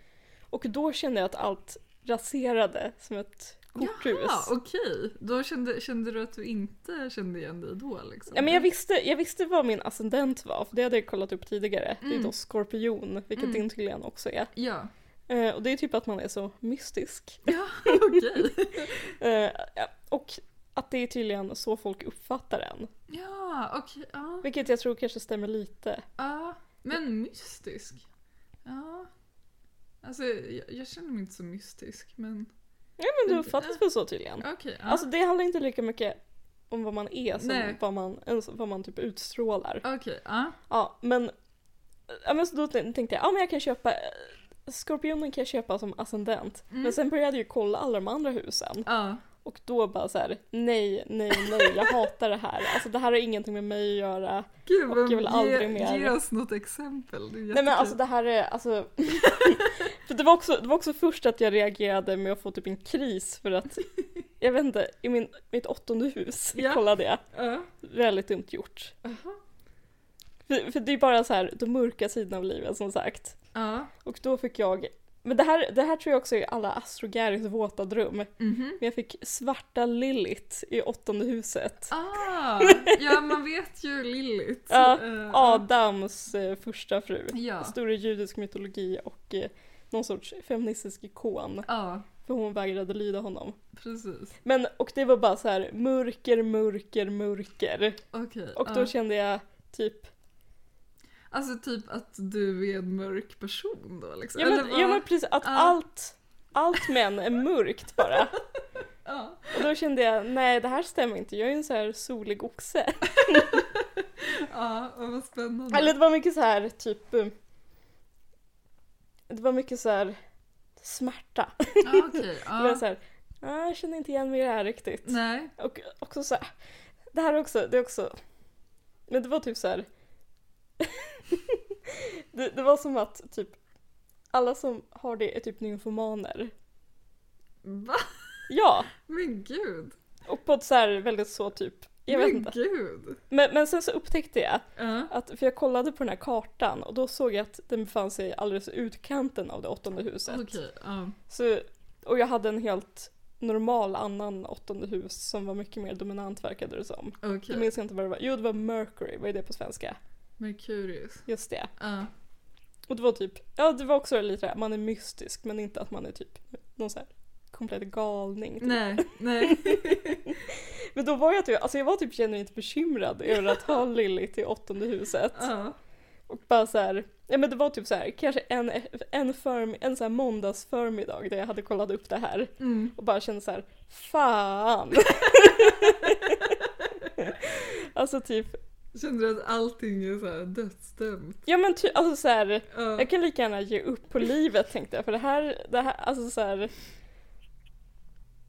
Speaker 3: Och då kände jag att allt raserade som ett korthus.
Speaker 2: Ja, okej. Då kände, kände du att du inte kände igen dig då liksom?
Speaker 3: Ja, men jag, visste, jag visste vad min ascendent var, för det hade jag kollat upp tidigare. Det är
Speaker 2: Mm.
Speaker 3: då skorpion, vilket
Speaker 2: Mm.
Speaker 3: din tydligen också är.
Speaker 2: Ja,
Speaker 3: Eh, och det är typ att man är så mystisk.
Speaker 2: ja okej.
Speaker 3: Eh, ja, och att det är tydligen så folk uppfattar en.
Speaker 2: Ja, okej. Ja.
Speaker 3: Vilket jag tror kanske stämmer lite.
Speaker 2: ja. Men mystisk. Ja. Alltså jag, jag känner mig inte så mystisk men
Speaker 3: Ja men du uppfattas väl så tydligen.
Speaker 2: okej. ja.
Speaker 3: Alltså det handlar inte lika mycket om vad man är som
Speaker 2: Nej.
Speaker 3: vad man, ens vad man typ utstrålar.
Speaker 2: Okej, ja.
Speaker 3: Ja men, ja, men så då t- tänkte jag, ja men jag kan köpa eh, Skorpionen kan jag köpa som ascendent.
Speaker 2: Mm.
Speaker 3: Men sen började jag ju kolla alla de andra husen.
Speaker 2: ja.
Speaker 3: Och då bara så här: nej, nej, nej, jag hatar det här. Alltså det här har ingenting med mig att göra.
Speaker 2: Gud,
Speaker 3: Och jag vill aldrig
Speaker 2: ge,
Speaker 3: mer-
Speaker 2: ge oss något exempel. Det är
Speaker 3: Nej men
Speaker 2: jättekul.
Speaker 3: alltså det här är, alltså. för det var, också, det var också först att jag reagerade med att få typ en kris för att, jag vet inte, i min, mitt åttonde hus
Speaker 2: Ja.
Speaker 3: kollade jag.
Speaker 2: Ja.
Speaker 3: Väldigt dumt gjort.
Speaker 2: Aha.
Speaker 3: För, för det är bara så här, de mörka sidorna av livet som sagt.
Speaker 2: Ja.
Speaker 3: Och då fick jag, men det här, det här tror jag också är alla astrogaris våta dröm. Men
Speaker 2: Mhm.
Speaker 3: jag fick svarta Lilith i åttonde huset.
Speaker 2: Ah, ja man vet ju Lilith.
Speaker 3: Ja,
Speaker 2: Eh,
Speaker 3: Adams eh, första fru.
Speaker 2: Ja.
Speaker 3: Stor i judisk mytologi och eh, någon sorts feministisk ikon.
Speaker 2: Ja,
Speaker 3: För hon vägrade lyda honom.
Speaker 2: precis.
Speaker 3: Men, och det var bara så här, mörker, mörker, mörker.
Speaker 2: Okej.
Speaker 3: Och
Speaker 2: ja.
Speaker 3: då kände jag typ,
Speaker 2: Alltså typ att du är en mörk person då liksom?
Speaker 3: ja men,
Speaker 2: Eller vad?
Speaker 3: ja, men precis, att
Speaker 2: Ja.
Speaker 3: allt, allt män är mörkt bara.
Speaker 2: ja.
Speaker 3: Och då kände jag, nej det här stämmer inte, jag är ju en så här solig oxe.
Speaker 2: ja, och vad spännande.
Speaker 3: Eller det var mycket så här typ, eh, det var mycket så här smärta.
Speaker 2: Ja, okej.
Speaker 3: Det var
Speaker 2: Ja.
Speaker 3: så här, ah, jag känner inte igen mig i det här riktigt.
Speaker 2: Nej.
Speaker 3: Och också så här, det här är också, det är också, men det var typ så här, det, det var som att typ alla som har det är typ nymfomaner.
Speaker 2: Va?
Speaker 3: Ja,
Speaker 2: Men gud.
Speaker 3: och på ett så här väldigt så typ, jag vet
Speaker 2: men
Speaker 3: inte.
Speaker 2: gud.
Speaker 3: Men, men sen så upptäckte jag
Speaker 2: Ja.
Speaker 3: Att, för jag kollade på den här kartan och då såg jag att den befann sig alldeles i utkanten av det åttonde huset.
Speaker 2: Okej, ja.
Speaker 3: Så, och jag hade en helt normal annan åttonde hus som var mycket mer dominant verkade det som.
Speaker 2: Okej.
Speaker 3: Då minns jag inte vad det var. Jo, det var Mercury, vad är det på svenska?
Speaker 2: Merkurius.
Speaker 3: Just det.
Speaker 2: Ja.
Speaker 3: Och det var typ, ja det var också lite det här, man är mystisk men inte att man är typ någon så här komplett galning. Typ.
Speaker 2: Nej, nej.
Speaker 3: Men då var jag typ, alltså jag var typ genuint bekymrad över att ha Lilith i åttonde huset.
Speaker 2: Ja.
Speaker 3: Och bara så här, ja men det var typ så här, kanske en, en, förm, en så här måndagsförmiddag där jag hade kollat upp det här
Speaker 2: Mm.
Speaker 3: och bara kände så här, fan! alltså typ,
Speaker 2: Kände du att allting är så här dödsdömt?
Speaker 3: ja men typ, alltså så här,
Speaker 2: Ja.
Speaker 3: jag kan lika gärna ge upp på livet tänkte jag för det här, det här, alltså så här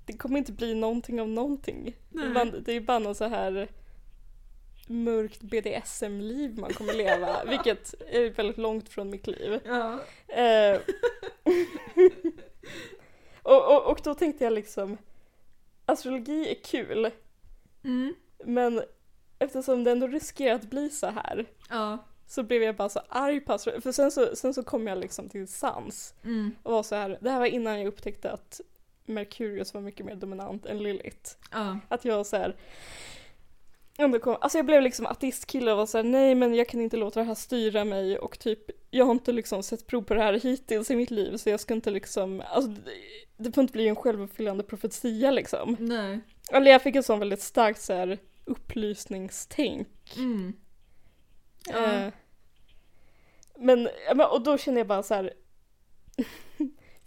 Speaker 3: det kommer inte bli någonting av någonting.
Speaker 2: Nej.
Speaker 3: Man, det är bara något så här mörkt BDSM-liv man kommer leva, vilket är väldigt långt från mitt liv.
Speaker 2: Ja.
Speaker 3: Eh, och, och, och då tänkte jag liksom, astrologi är kul,
Speaker 2: Mm.
Speaker 3: men eftersom det ändå riskerar att bli så här
Speaker 2: Ja.
Speaker 3: så blev jag bara så arg på astrologi. För sen så, sen så kom jag liksom till sans
Speaker 2: Mm.
Speaker 3: och var så här, det här var innan jag upptäckte att Merkurius var mycket mer dominant än Lilith.
Speaker 2: Ja.
Speaker 3: Att jag så här ändå kom, alltså jag blev liksom ateistkille och var såhär nej men jag kan inte låta det här styra mig och typ jag har inte liksom sett prov på det här hittills i mitt liv så jag ska inte liksom, alltså det, det får inte bli en självuppfyllande profetia liksom.
Speaker 2: Nej.
Speaker 3: Eller jag fick en sån väldigt stark så här upplysningstänk.
Speaker 2: Mm. Ja.
Speaker 3: Eh, men, ja, men, och då kände jag bara så här.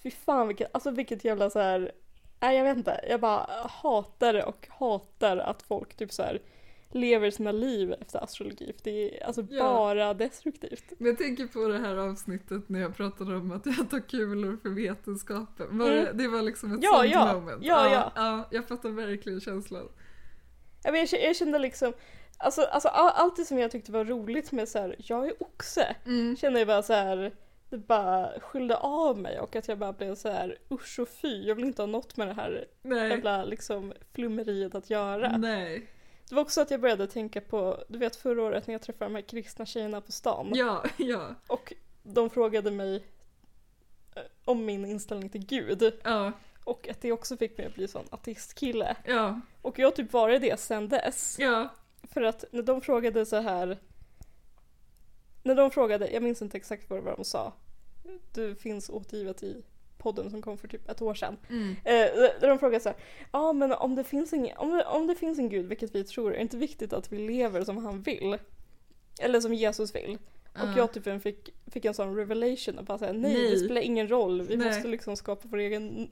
Speaker 3: fy fan vilket, alltså vilket jävla så här. Nej jag vet inte, jag bara hatar och hatar att folk typ så här lever sina liv efter astrologi. För det är alltså
Speaker 2: Ja.
Speaker 3: bara destruktivt.
Speaker 2: Men jag tänker på det här avsnittet när jag pratade om att jag tar kulor för vetenskapen. Var det,
Speaker 3: Mm.
Speaker 2: det var liksom ett
Speaker 3: Ja,
Speaker 2: sånt
Speaker 3: ja.
Speaker 2: moment.
Speaker 3: Ja,
Speaker 2: ja.
Speaker 3: ja.
Speaker 2: jag fattar verkligen känslan.
Speaker 3: Jag, men jag, k- jag kände liksom, alltså, alltså all- allt det som jag tyckte var roligt med så här, jag är oxe,
Speaker 2: Mm.
Speaker 3: kände jag bara så här, det bara skyllde av mig och att jag bara blev så här, usch och fy, jag vill inte ha något med det här
Speaker 2: Nej.
Speaker 3: jävla liksom flummeriet att göra.
Speaker 2: Nej.
Speaker 3: Det var också att jag började tänka på, du vet förra året när jag träffade de här kristna tjejerna på stan
Speaker 2: Ja, ja,
Speaker 3: och de frågade mig eh, om min inställning till Gud
Speaker 2: ja,
Speaker 3: och att det också fick mig att bli sån ateistkille.
Speaker 2: ja,
Speaker 3: Och jag har typ varit det sen dess.
Speaker 2: ja.
Speaker 3: För att när de frågade så här när de frågade, jag minns inte exakt vad det var de sa, det finns återgivet i podden som kom för typ ett år sedan.
Speaker 2: Mm.
Speaker 3: Eh, där de frågar så här, ja men om det, finns en, om, det, om det finns en gud, vilket vi tror, är det inte viktigt att vi lever som han vill? Eller som Jesus vill?
Speaker 2: Ja.
Speaker 3: Och jag typ fick, fick en sån revelation och bara såhär, nej,
Speaker 2: Nej.
Speaker 3: det spelar ingen roll, vi
Speaker 2: Nej.
Speaker 3: måste liksom skapa vår egen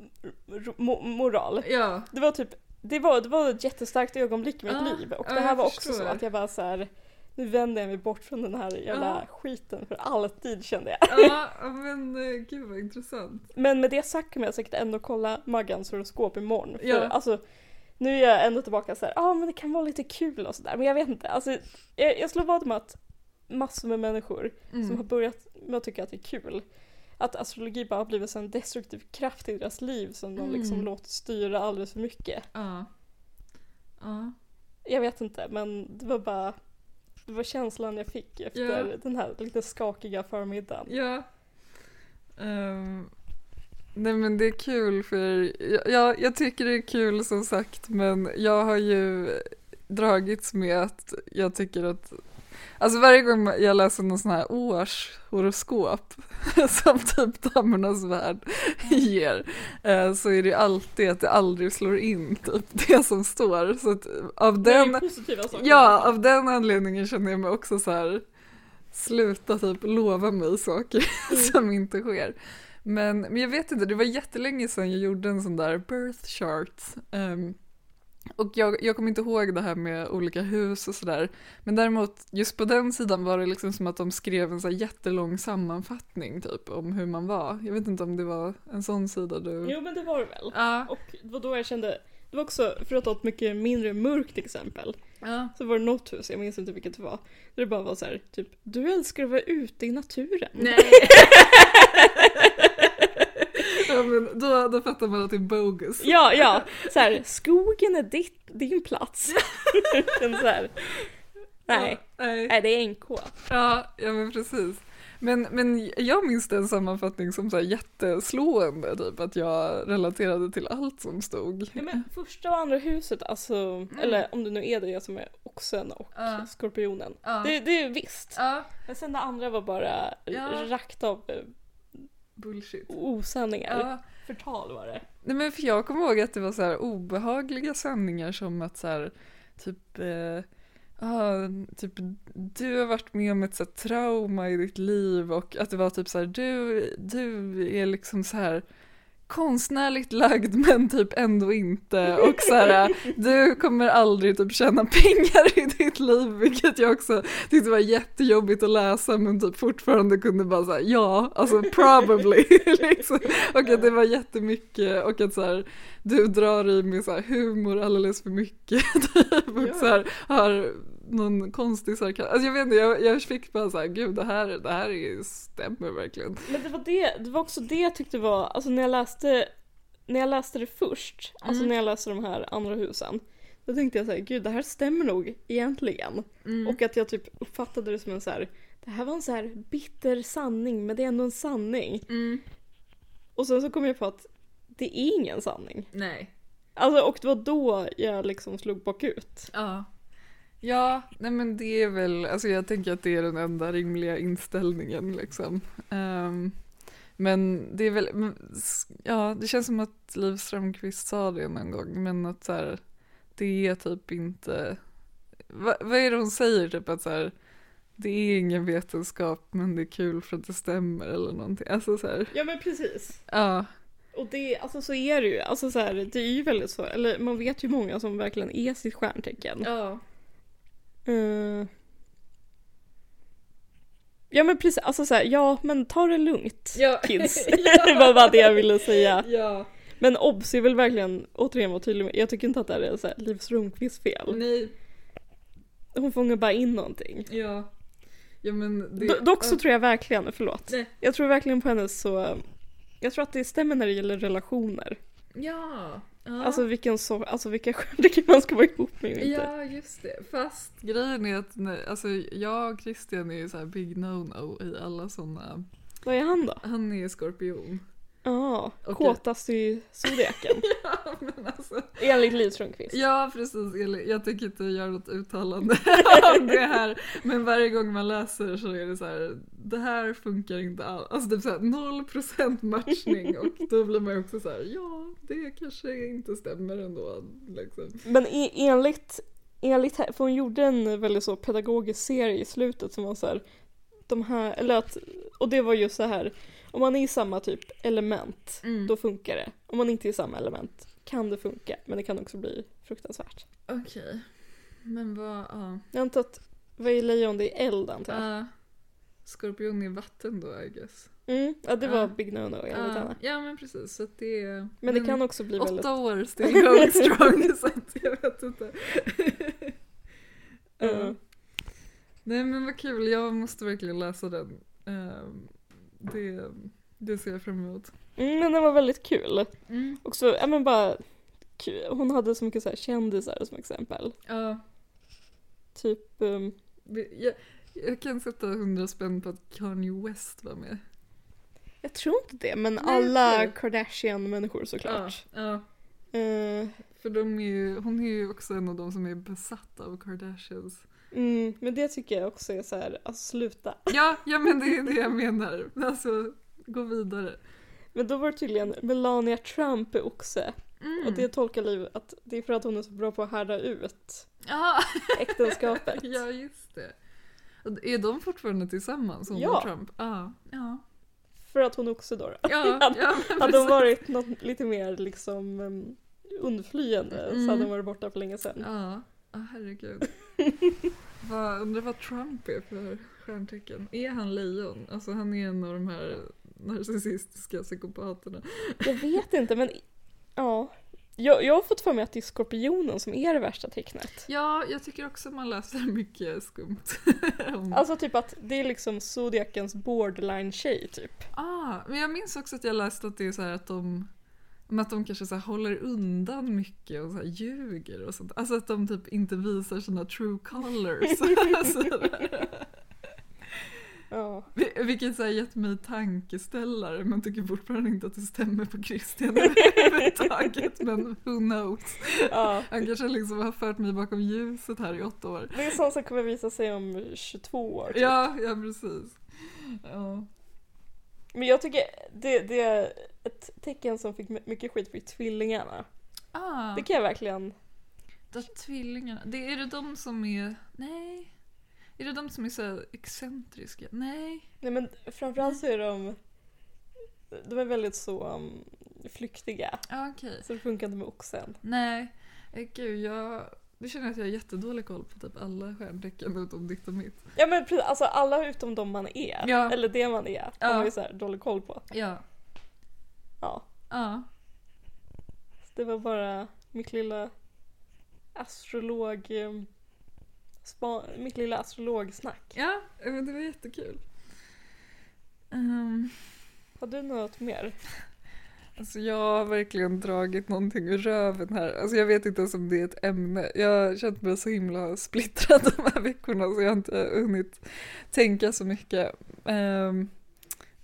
Speaker 3: ro- mo- moral.
Speaker 2: Ja,
Speaker 3: Det var typ, det var, det var ett jättestarkt ögonblick i mitt
Speaker 2: Ja,
Speaker 3: liv och
Speaker 2: ja,
Speaker 3: det här
Speaker 2: jag
Speaker 3: var
Speaker 2: förstår.
Speaker 3: också så att jag bara så här. nu vänder jag mig bort från den här jävla skiten för alltid kände jag.
Speaker 2: ja, ja, men eh, gud vad intressant.
Speaker 3: Men med det sagt kommer jag säkert ändå kolla Maggans horoskop imorgon. För
Speaker 2: Ja.
Speaker 3: alltså, nu är jag ändå tillbaka så här, ja ah, men det kan vara lite kul och sådär. Men jag vet inte, alltså, jag, jag slår vad med att massor med människor som har
Speaker 2: Mm.
Speaker 3: börjat med att tycka att det är kul, att astrologi bara har blivit en destruktiv kraft i deras liv som de liksom
Speaker 2: Mm.
Speaker 3: låter styra alldeles för mycket.
Speaker 2: Ja. Ja.
Speaker 3: Jag vet inte, men det var bara det var känslan jag fick efter
Speaker 2: Ja.
Speaker 3: den här lite skakiga förmiddagen.
Speaker 2: Ja. Ehm, nej men det är kul för jag, jag, jag tycker det är kul som sagt men jag har ju dragits med att jag tycker att Alltså varje gång jag läser någon sån här årshoroskop som typ Damernas Värld
Speaker 3: Mm.
Speaker 2: ger eh, så är det alltid att det aldrig slår in typ det som står. Så att av
Speaker 3: Det är
Speaker 2: den
Speaker 3: ju positiva saker.
Speaker 2: Ja, av den anledningen känner jag mig också så här sluta typ lova mig saker som inte sker. Men, men jag vet inte, det var jättelänge sedan jag gjorde en sån där birth chart. Ehm, och jag, jag kommer inte ihåg det här med olika hus och sådär. Men däremot, just på den sidan var det liksom som att de skrev en så här jättelång sammanfattning typ om hur man var. Jag vet inte om det var en sån sida du...
Speaker 3: Jo men det var det väl.
Speaker 2: Ja.
Speaker 3: Och det var då jag kände, det var också, för att ha ett mycket mindre mörkt exempel,
Speaker 2: ja.
Speaker 3: så var det något hus, jag minns inte vilket det var, där det bara var så här, typ du älskar att vara ute i naturen.
Speaker 2: Nej. ja, men då, då fattar man att det är bogus.
Speaker 3: Ja, ja, så här, skogen är ditt, din plats. Den så här,
Speaker 2: Ja,
Speaker 3: nej,
Speaker 2: nej.
Speaker 3: nej det är NK.
Speaker 2: Ja, ja men precis. Men, men jag minns den sammanfattning som så här jätteslående, typ att jag relaterade till allt som stod.
Speaker 3: Ja, men första och andra huset, alltså, eller om det nu är det jag som är oxen och
Speaker 2: Ja.
Speaker 3: skorpionen.
Speaker 2: Ja.
Speaker 3: Det, det är visst.
Speaker 2: Ja,
Speaker 3: Men sen det andra var bara
Speaker 2: Ja.
Speaker 3: rakt av eh,
Speaker 2: bullshit.
Speaker 3: osanningar.
Speaker 2: Ja.
Speaker 3: Förtal var det.
Speaker 2: Nej, men för jag kommer ihåg att det var så här obehagliga sanningar som att så här, typ, eh, ah, typ du har varit med om ett så här, trauma i ditt liv och att det var typ så här du, du är liksom så här konstnärligt lagd men typ ändå inte och så här du kommer aldrig typ tjäna pengar i ditt liv vilket jag också tyckte var jättejobbigt att läsa men typ fortfarande kunde bara säga ja, alltså probably liksom. Och att det var jättemycket och att så här, du drar i med så här humor alldeles för mycket typ, och
Speaker 3: Ja.
Speaker 2: så här har någon konstig sarkasm. Alltså jag vet inte, jag, jag fick bara så här gud det här, det här är, stämmer verkligen.
Speaker 3: Men det var, det, det var också det jag tyckte var, alltså när jag läste, när jag läste det först, alltså när jag läste de här andra husen, då tänkte jag så här, gud det här stämmer nog egentligen. Och att jag typ uppfattade det som en så här, det här var en så här bitter sanning men det är ändå en sanning. Och sen så kom jag på att det är ingen sanning.
Speaker 2: Nej.
Speaker 3: Alltså och det var då jag liksom slog bakut.
Speaker 2: Ja. Ja, nej men det är väl, alltså jag tänker att det är den enda rimliga inställningen liksom. Ehm, men det är väl, men s- ja det känns som att Liv Strömquist sa det någon gång, men att så här, det är typ inte, va, vad är det hon säger typ att så här, det är ingen vetenskap men det är kul för att det stämmer eller någonting, alltså så här,
Speaker 3: Ja men precis.
Speaker 2: ja.
Speaker 3: Och det, alltså så är det ju. Alltså så här, det är ju väldigt så, eller man vet ju många som verkligen är sitt stjärntecken.
Speaker 2: Ja.
Speaker 3: Eh. Ja men precis, alltså så här, ja men ta det lugnt
Speaker 2: Ja.
Speaker 3: kids. det var bara det jag ville säga.
Speaker 2: Ja,
Speaker 3: Men obs, jag vill verkligen återigen vara tydlig med, jag tycker inte att det här är så här, Liv Strömquists fel.
Speaker 2: nej,
Speaker 3: Hon fångar bara in någonting.
Speaker 2: ja. Ja men det...
Speaker 3: Do- Dock så tror jag verkligen, förlåt.
Speaker 2: Nej.
Speaker 3: Jag tror verkligen på hennes så... Jag tror att det stämmer när det gäller relationer.
Speaker 2: Ja. ja.
Speaker 3: Alltså vilken så, alltså vilka stjärntecken man ska vara ihop med och inte.
Speaker 2: Ja, just det. Fast grejen är att nej, alltså, jag och Christian är ju så här big no-no i alla sådana.
Speaker 3: Vad är han då?
Speaker 2: Han är ju skorpion.
Speaker 3: Ja,
Speaker 2: Okej.
Speaker 3: kåtast i zodiaken.
Speaker 2: Ja, men alltså.
Speaker 3: Enligt Liv Strömquist.
Speaker 2: Ja, precis Elin. Jag tänker inte göra något uttalande om det här. Men varje gång man läser så är det så här, det här funkar inte alls. Alltså typ såhär 0% matchning och då blir man ju också så här, ja det kanske inte stämmer ändå. Liksom.
Speaker 3: Men e- enligt, enligt, här- för hon gjorde en väldigt så pedagogisk serie i slutet som var så här, de här, eller att, och det var ju så här, om man är i samma typ element,
Speaker 2: Mm.
Speaker 3: då funkar det. Om man inte är i samma element kan det funka, men det kan också bli fruktansvärt.
Speaker 2: Okej, men vad, ja.
Speaker 3: Jag antar att, vad är lejon? Det är eld antar jag.
Speaker 2: Ah, skorpion i vatten då I guess.
Speaker 3: Mm, ja det var
Speaker 2: Ah.
Speaker 3: Big No No enligt
Speaker 2: Ah,
Speaker 3: henne.
Speaker 2: ja men precis, så att det är...
Speaker 3: Men det kan också bli väldigt,
Speaker 2: Åtta år still going strong så att jag vet inte.
Speaker 3: eh,
Speaker 2: Nej men vad kul, jag måste verkligen läsa den. Ehm, Det, det ser jag fram emot.
Speaker 3: mm, men den var väldigt kul.
Speaker 2: Mm.
Speaker 3: Och så, ja men bara, kul. hon hade så mycket så här kändisar som exempel.
Speaker 2: Ja,
Speaker 3: Typ ehm,
Speaker 2: vi- jag, jag kan sätta hundra spänn på att Kanye West var med.
Speaker 3: Jag tror inte det, men
Speaker 2: Nej, jag
Speaker 3: alla
Speaker 2: tror.
Speaker 3: Kardashian-människor såklart.
Speaker 2: Ja, ja.
Speaker 3: Eh,
Speaker 2: För de är ju, hon är ju också en av de som är besatta av Kardashians.
Speaker 3: mm, men det tycker jag också är så här, alltså sluta.
Speaker 2: Ja, ja men det är det jag menar. Alltså, gå vidare.
Speaker 3: Men då var det tydligen Melania Trump är oxe.
Speaker 2: Mm.
Speaker 3: Och det tolkar Liv att det är för att hon är så bra på att härda ut
Speaker 2: Ja.
Speaker 3: äktenskapet.
Speaker 2: Ja, just det. Och Är de fortfarande tillsammans, hon
Speaker 3: Ja.
Speaker 2: och Trump? Ja. Ja,
Speaker 3: För att hon är oxe då. då.
Speaker 2: ja, ja men
Speaker 3: Hade hon
Speaker 2: precis.
Speaker 3: varit något lite mer liksom um, undflyende så hade
Speaker 2: Mm.
Speaker 3: hon varit borta för länge sedan.
Speaker 2: Ja, ah, herregud. vad, undrar vad Trump är för stjärntecken. Är han lejon? Alltså han är en av de här narcissistiska psykopaterna.
Speaker 3: Jag vet inte men ja. Jag, jag har fått för mig att det är skorpionen som är det värsta tecknet.
Speaker 2: Ja, jag tycker också man läser mycket skumt. om...
Speaker 3: Alltså typ att det är liksom Zodiacens borderline-tjej typ.
Speaker 2: ah, men jag minns också att jag läste att det är så här att de men att de kanske så här håller undan mycket och så här ljuger och sånt. Alltså att de typ inte visar sina true colors. alltså,
Speaker 3: Ja.
Speaker 2: Vil- Vilket så här gett mig tankeställare men tycker fortfarande inte att det stämmer på Christian överhuvudtaget. Men who knows.
Speaker 3: ja.
Speaker 2: Han kanske liksom har fört mig bakom ljuset här i åtta år.
Speaker 3: Det är sånt som kommer visa sig om 22 år. Typ.
Speaker 2: Ja, ja precis. Ja.
Speaker 3: Men jag tycker det, det är ett tecken som fick my- mycket skit för tvillingarna.
Speaker 2: Ah,
Speaker 3: Det kan jag verkligen...
Speaker 2: det är tvillingarna. Det, är det de som är... Nej. Är det de som är så här excentriska? Nej.
Speaker 3: Nej men
Speaker 2: Mm.
Speaker 3: framförallt så är de... De är väldigt så um, flyktiga.
Speaker 2: Ah, Okej.
Speaker 3: Så det funkar inte med oxen.
Speaker 2: Nej. Eh, Gud, jag... Det känner jag att jag har jättedålig koll på typ alla stjärntecken utom ditt och mitt.
Speaker 3: Ja men precis, alltså alla utom de man är.
Speaker 2: Ja.
Speaker 3: Eller det man är.
Speaker 2: Ja.
Speaker 3: Har man ju så här dålig koll på.
Speaker 2: Ja.
Speaker 3: Ja.
Speaker 2: Ja.
Speaker 3: Så Det var bara mitt lilla astrolog... eh, Spa, mitt lilla astrologsnack.
Speaker 2: Ja, Eh, men det var jättekul. Um,
Speaker 3: Har du något mer?
Speaker 2: alltså jag har verkligen dragit någonting ur röven här. Alltså jag vet inte ens om det är ett ämne. Jag har känt mig så himla splittrad de här veckorna så jag har inte hunnit tänka så mycket. Ehm,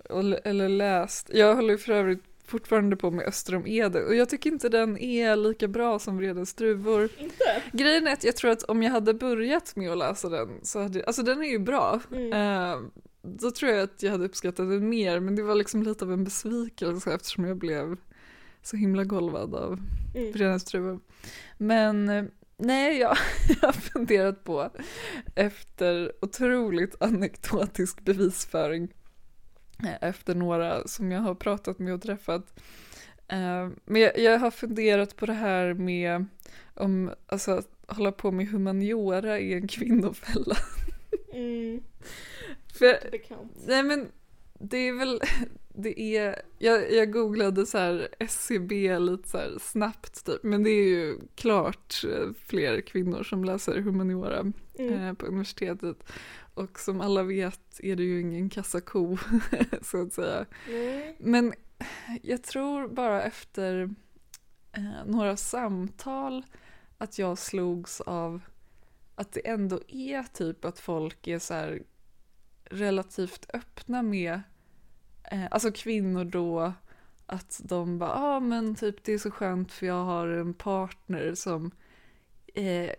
Speaker 2: och- eller läst. Jag håller ju för övrigt fortfarande på med Öster om Eden och jag tycker inte den är lika bra som Vredens druvor.
Speaker 3: Inte?
Speaker 2: Grejen är att jag tror att om jag hade börjat med att läsa den så hade alltså den är ju bra.
Speaker 3: Mm.
Speaker 2: Eh, då tror jag att jag hade uppskattat den mer men det var liksom lite av en besvikelse eftersom jag blev så himla golvad av
Speaker 3: Mm.
Speaker 2: Förenade Struven. Men eh, nej, jag, jag har funderat på efter otroligt anekdotisk bevisföring eh, efter några som jag har pratat med och träffat. Ehm, Eh, Men jag, jag har funderat på det här med om, alltså, hålla på med humaniora är en kvinnofälla.
Speaker 3: Mm,
Speaker 2: För
Speaker 3: bekant.
Speaker 2: Nej men det är väl, det är, jag, jag googlade så här SCB lite så här snabbt typ, men det är ju klart eh, fler kvinnor som läser humaniora
Speaker 3: Mm.
Speaker 2: eh, på universitetet. Och som alla vet är det ju ingen kassako så att säga.
Speaker 3: Nej.
Speaker 2: Men jag tror bara efter eh, några samtal att jag slogs av att det ändå är typ att folk är så här relativt öppna med, eh, alltså kvinnor då, att de bara ja ah, men typ det är så skönt för jag har en partner som eh,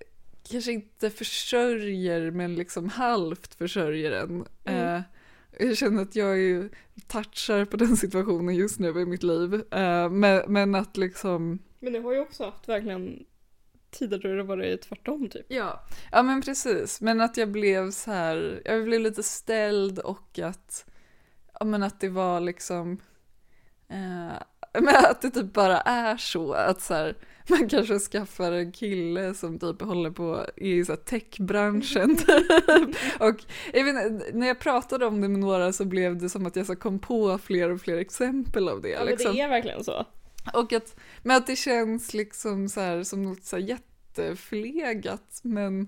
Speaker 2: kanske inte försörjer men liksom halvt försörjer en.
Speaker 3: Mm.
Speaker 2: Eh, jag känner att jag är ju touchar på den situationen just nu i mitt liv. Eh, men, men att liksom...
Speaker 3: Men du har ju också haft verkligen tider då det varit tvärtom typ.
Speaker 2: Ja. Ja men precis, men att jag blev så här, jag blev lite ställd och att, ja men att det var liksom, eh, men att det typ bara är så att så här, man kanske skaffar en kille som typ håller på i så här techbranschen typ. Och jag vet, inte, när jag pratade om det med några så blev det som att jag så här kom på fler och fler exempel av det.
Speaker 3: Ja,
Speaker 2: liksom.
Speaker 3: men det är verkligen så.
Speaker 2: Och att, men att det känns liksom så här, som något så här jätteförlegat. Men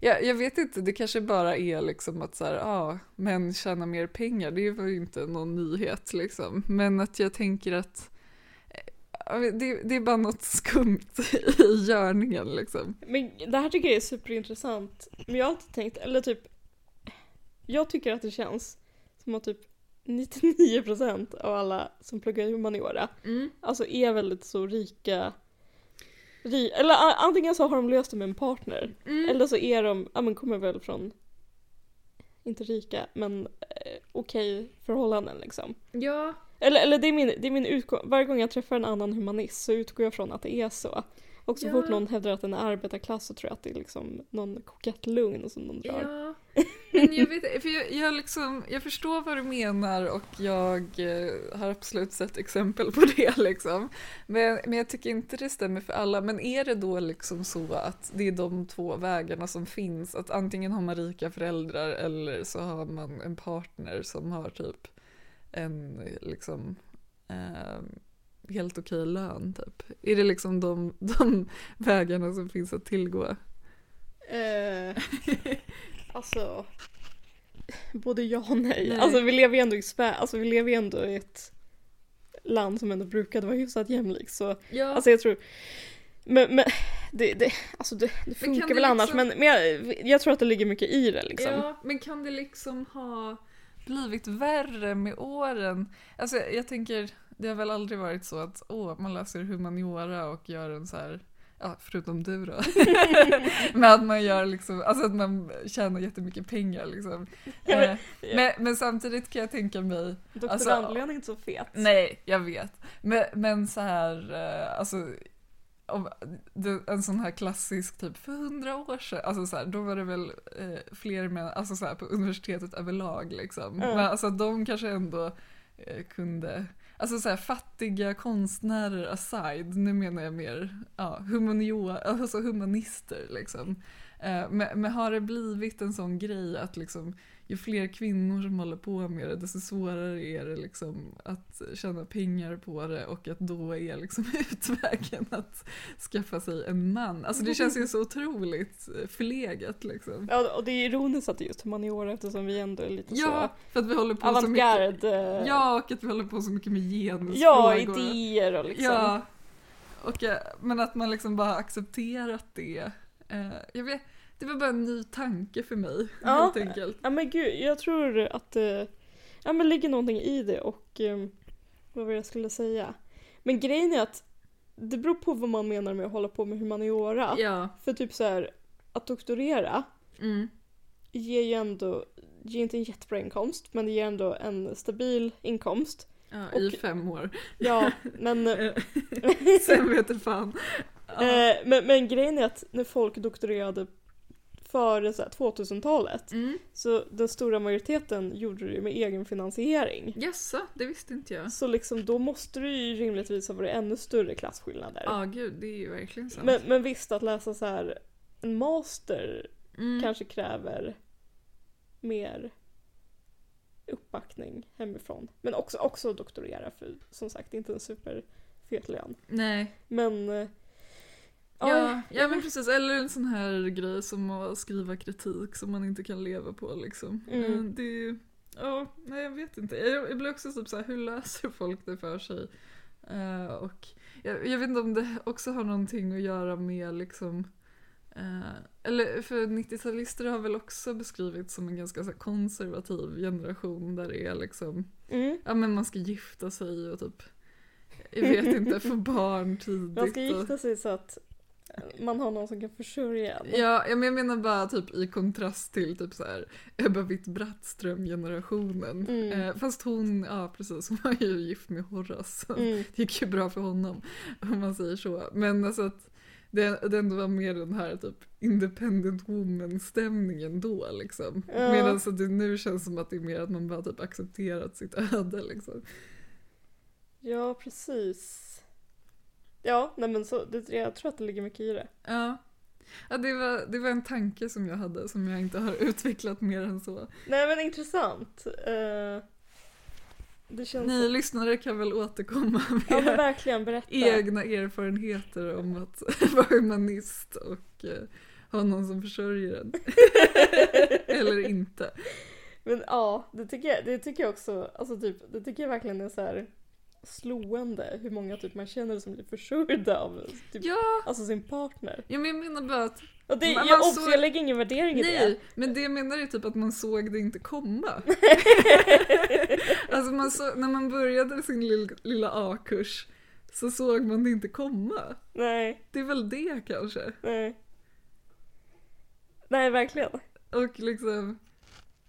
Speaker 2: jag, jag vet inte, det kanske bara är liksom att så här, ja, män tjänar mer pengar. Det var ju inte någon nyhet liksom. Men att jag tänker att eh, ja, det, det är bara något skumt i görningen liksom.
Speaker 3: Men det här tycker jag är superintressant. Men jag har alltid tänkt, eller typ, jag tycker att det känns som att typ 99% av alla som pluggar humaniora alltså är väldigt så rika, ri, eller a- antingen så har de löst det med en partner
Speaker 2: Mm.
Speaker 3: eller så är de, ja men kommer väl från, inte rika men eh, okej förhållanden liksom.
Speaker 2: Ja.
Speaker 3: Eller, eller det är min, det är min utgång, varje gång jag träffar en annan humanist så utgår jag från att det är så. Och så
Speaker 2: Ja.
Speaker 3: fort någon hävdar att den är arbetarklass så tror jag att det är liksom någon kokett lugn som de drar.
Speaker 2: Ja, men jag vet för jag, jag, liksom, jag förstår vad du menar och jag eh, har absolut sett exempel på det liksom. Men, men jag tycker inte det stämmer för alla. Men är det då liksom så att det är de två vägarna som finns? Att antingen har man rika föräldrar eller så har man en partner som har typ en liksom eh, helt okej lön typ. Är det liksom de, de vägarna som finns att tillgå?
Speaker 3: Eh, alltså, både ja och nej.
Speaker 2: Nej.
Speaker 3: Alltså vi lever ju ändå i Sverige, alltså vi lever ju ändå i ett land som ändå brukade vara hyfsat jämlikt så
Speaker 2: Ja,
Speaker 3: Alltså jag tror... Men, men det, det, alltså det, det funkar
Speaker 2: det
Speaker 3: väl annars
Speaker 2: liksom-
Speaker 3: men, men jag, jag tror att det ligger mycket i det liksom.
Speaker 2: Ja, men kan det liksom ha blivit värre med åren? Alltså jag, jag tänker, det har väl aldrig varit så att åh, man läser humaniora och gör en så här Ja, förutom du då. men att man gör liksom, alltså att man tjänar jättemycket pengar liksom.
Speaker 3: Ja, men-
Speaker 2: Eh, men, men samtidigt kan jag tänka mig
Speaker 3: Doktorandlön är inte så fet.
Speaker 2: Alltså, Nej, jag vet. Men, men så här, eh, alltså, om, det- en sån här klassisk typ för hundra år sedan, alltså så här, då var det väl eh, fler män, alltså så här, på universitetet överlag liksom.
Speaker 3: Ja.
Speaker 2: Men alltså de kanske ändå eh, kunde, alltså så här, fattiga konstnärer aside, nu menar jag mer ja, humaniora, alltså humanister liksom. Eh, Men, men har det blivit en sån grej att liksom, ju fler kvinnor som håller på med det desto svårare är det liksom att tjäna pengar på det och att då är liksom utvägen att skaffa sig en man. Alltså det känns ju så otroligt eh, förlegat liksom.
Speaker 3: Ja, och det är ironiskt att det är just humaniora eftersom vi ändå är lite
Speaker 2: Ja, för att vi håller
Speaker 3: så
Speaker 2: på så mycket.
Speaker 3: Alltså. avantgarde.
Speaker 2: Ja, och att vi håller på så mycket med genusfrågor.
Speaker 3: ja, idéer och liksom.
Speaker 2: Ja. Och, eh, men att man liksom bara har accepterat det. Eh, Jag vet, det var bara en ny tanke för mig
Speaker 3: Ja.
Speaker 2: helt enkelt.
Speaker 3: Ja men gud, jag tror att det ja, men ligger någonting i det och eh, vad var det jag skulle säga? Men grejen är att det beror på vad man menar med att hålla på med humaniora.
Speaker 2: Ja.
Speaker 3: För typ så här, att doktorera
Speaker 2: Mm.
Speaker 3: ger ju ändå, ger inte en jättebra inkomst men det ger ändå en stabil inkomst.
Speaker 2: Ja,
Speaker 3: Och-
Speaker 2: I fem år.
Speaker 3: Ja, Eh. men, eh,
Speaker 2: Eh, Sen vete fan. Ja.
Speaker 3: men, men grejen är att när folk doktorerade före så här 2000-talet
Speaker 2: Mm.
Speaker 3: så den stora majoriteten gjorde det ju med egen finansiering.
Speaker 2: Jaså, det visste inte jag.
Speaker 3: Så liksom då måste det ju rimligtvis ha varit ännu större klasskillnader.
Speaker 2: Ja, gud, det är ju verkligen sant.
Speaker 3: Men, men visst, att läsa så här en master
Speaker 2: Mm.
Speaker 3: kanske kräver mer uppbackning hemifrån. Men också, också doktorera för som sagt det är inte en superfet lön.
Speaker 2: Nej.
Speaker 3: Men eh,
Speaker 2: Ja, ja, men precis. Eller en sån här grej som att skriva kritik som man inte kan leva på liksom.
Speaker 3: Mm.
Speaker 2: Eh, Det är ju, ja, nej jag vet inte. Jag, jag blir också typ så här, hur löser folk det för sig? Eh, och jag, jag vet inte om det också har någonting att göra med liksom eh, eller för 90-talister har väl också beskrivits som en ganska så här, konservativ generation där det är liksom
Speaker 3: mm,
Speaker 2: Ja men man ska gifta sig och typ Jag vet inte, få barn tidigt
Speaker 3: man ska
Speaker 2: och...
Speaker 3: gifta sig så att man har någon som kan försörja en.
Speaker 2: Ja, ja, men jag menar bara typ i kontrast till typ så här Ebba Witt-Brattström-generationen.
Speaker 3: Mm.
Speaker 2: Eh, fast hon, ja precis, hon var ju gift med Horace. så
Speaker 3: Mm,
Speaker 2: Det gick ju bra för honom om man säger så. Men alltså att det, det ändå var mer den här typ independent woman-stämningen då liksom.
Speaker 3: Ja.
Speaker 2: Medan så det nu känns som att det är mer att man bara typ accepterat sitt öde liksom.
Speaker 3: ja, precis. Ja, nej men så, det, jag tror att det ligger mycket i det.
Speaker 2: Ja. ja det, var, det var en tanke som jag hade som jag inte har utvecklat mer än så.
Speaker 3: Nej men intressant. Eh, det känns...
Speaker 2: Ni lyssnare kan väl återkomma med
Speaker 3: Alltså. Ja men verkligen, berätta.
Speaker 2: egna erfarenheter om att vara humanist och eh, ha någon som försörjer en. Eller inte.
Speaker 3: Men ja, det tycker jag, det tycker jag också, alltså typ, det tycker jag verkligen är så här slående hur många typ man känner som blir försörjda av typ,
Speaker 2: Ja,
Speaker 3: alltså sin partner.
Speaker 2: ja, men jag menar bara att
Speaker 3: Och det,
Speaker 2: Man-
Speaker 3: jag,
Speaker 2: man
Speaker 3: obs,
Speaker 2: såg-
Speaker 3: jag lägger ingen värdering i
Speaker 2: nej,
Speaker 3: det.
Speaker 2: men det jag menar är typ att man såg det inte komma. alltså man så, när man började sin lill, lilla A-kurs så såg man det inte komma.
Speaker 3: Nej,
Speaker 2: Det är väl det kanske.
Speaker 3: nej. Nej, verkligen.
Speaker 2: Och liksom...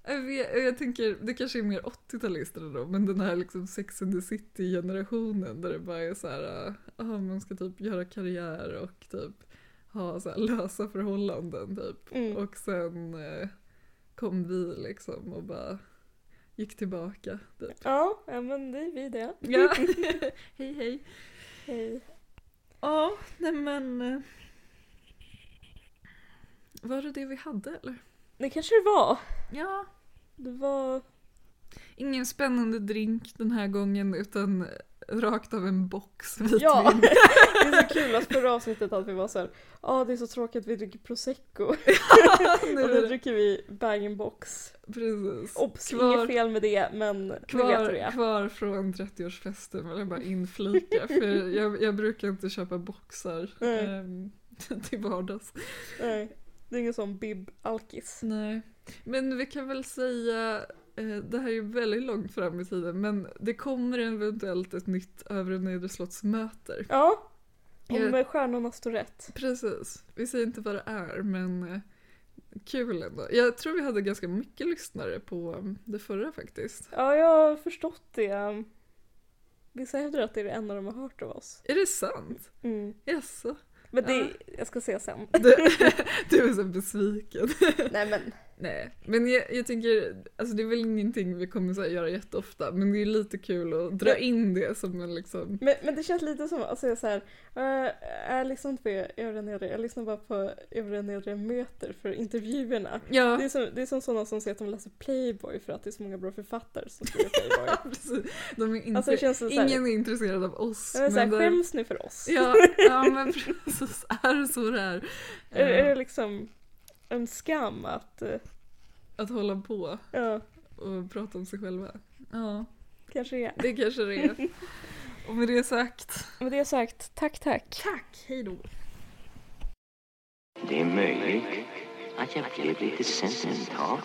Speaker 2: Jag, vet, jag tänker, det kanske är mer 80-talister då, men den här liksom Sex and the City-generationen där det bara är så här, äh, ah, man ska typ göra karriär och typ ha så här lösa förhållanden typ.
Speaker 3: Mm.
Speaker 2: Och sen eh, kom vi liksom och bara gick tillbaka typ.
Speaker 3: Ja, ja, men det är vi det.
Speaker 2: Ja, hej hej.
Speaker 3: Hej.
Speaker 2: Ja, nej men... eh, Var det det vi hade eller?
Speaker 3: Det kanske det var.
Speaker 2: Ja,
Speaker 3: Det var...
Speaker 2: Ingen spännande drink den här gången utan rakt av en box vitvin.
Speaker 3: Ja! Det är så kul att förra avsnittet att vi var så här, ja det är så tråkigt att vi dricker prosecco.
Speaker 2: nu
Speaker 3: Och
Speaker 2: är
Speaker 3: nu
Speaker 2: det.
Speaker 3: dricker vi bag-in-box.
Speaker 2: Precis.
Speaker 3: Obs,
Speaker 2: Kvar-
Speaker 3: inget fel med det men ni vet hur det
Speaker 2: Kvar,
Speaker 3: är.
Speaker 2: kvar från 30-årsfesten vill jag bara inflika för jag, jag brukar inte köpa boxar
Speaker 3: Nej.
Speaker 2: ehm, till vardags.
Speaker 3: Nej, det är ingen sån bib-alkis.
Speaker 2: Nej. Men vi kan väl säga, eh, det här är ju väldigt långt fram i tiden men det kommer eventuellt ett nytt övre och nedre slottsmöter.
Speaker 3: Ja, om
Speaker 2: Jag-
Speaker 3: eh, stjärnorna står rätt.
Speaker 2: Precis. Vi säger inte vad det är, men eh, kul ändå. Jag tror vi hade ganska mycket lyssnare på um, det förra faktiskt.
Speaker 3: Ja, jag har förstått det. Vissa hävdar att det är det enda de har hört av oss.
Speaker 2: Är det sant?
Speaker 3: Mm.
Speaker 2: Jaså?
Speaker 3: Men det,
Speaker 2: Ja.
Speaker 3: jag ska se sen.
Speaker 2: Du, du är så besviken.
Speaker 3: Nej men,
Speaker 2: Nej, men jag, jag tänker, alltså det är väl ingenting vi kommer så här, göra jätteofta, men det är lite kul att dra
Speaker 3: Ja.
Speaker 2: in det som en liksom...
Speaker 3: men, men det känns lite som, alltså jag såhär, jag lyssnar "Eh, liksom inte på övre nedre, jag lyssnar bara på övre nedre möter för intervjuerna. Det
Speaker 2: Ja,
Speaker 3: är, som, det är som sådana som säger att de läser Playboy för att det är så många bra författare som skriver Playboy.
Speaker 2: precis. De är inte,
Speaker 3: Alltså det känns så här,
Speaker 2: ingen är intresserad av oss.
Speaker 3: jag är så här,
Speaker 2: det-
Speaker 3: skäms ni för oss?
Speaker 2: ja, ja, men precis. Är det så det är?
Speaker 3: Är,
Speaker 2: Eh,
Speaker 3: är det liksom en skam att... eh,
Speaker 2: Att hålla på.
Speaker 3: Ja,
Speaker 2: och prata om sig själva. Ja,
Speaker 3: kanske det är.
Speaker 2: det kanske det är. Och med det sagt.
Speaker 3: Med det sagt, tack tack.
Speaker 2: Tack, hej då.
Speaker 1: Det är möjligt att jag blev lite sentimental.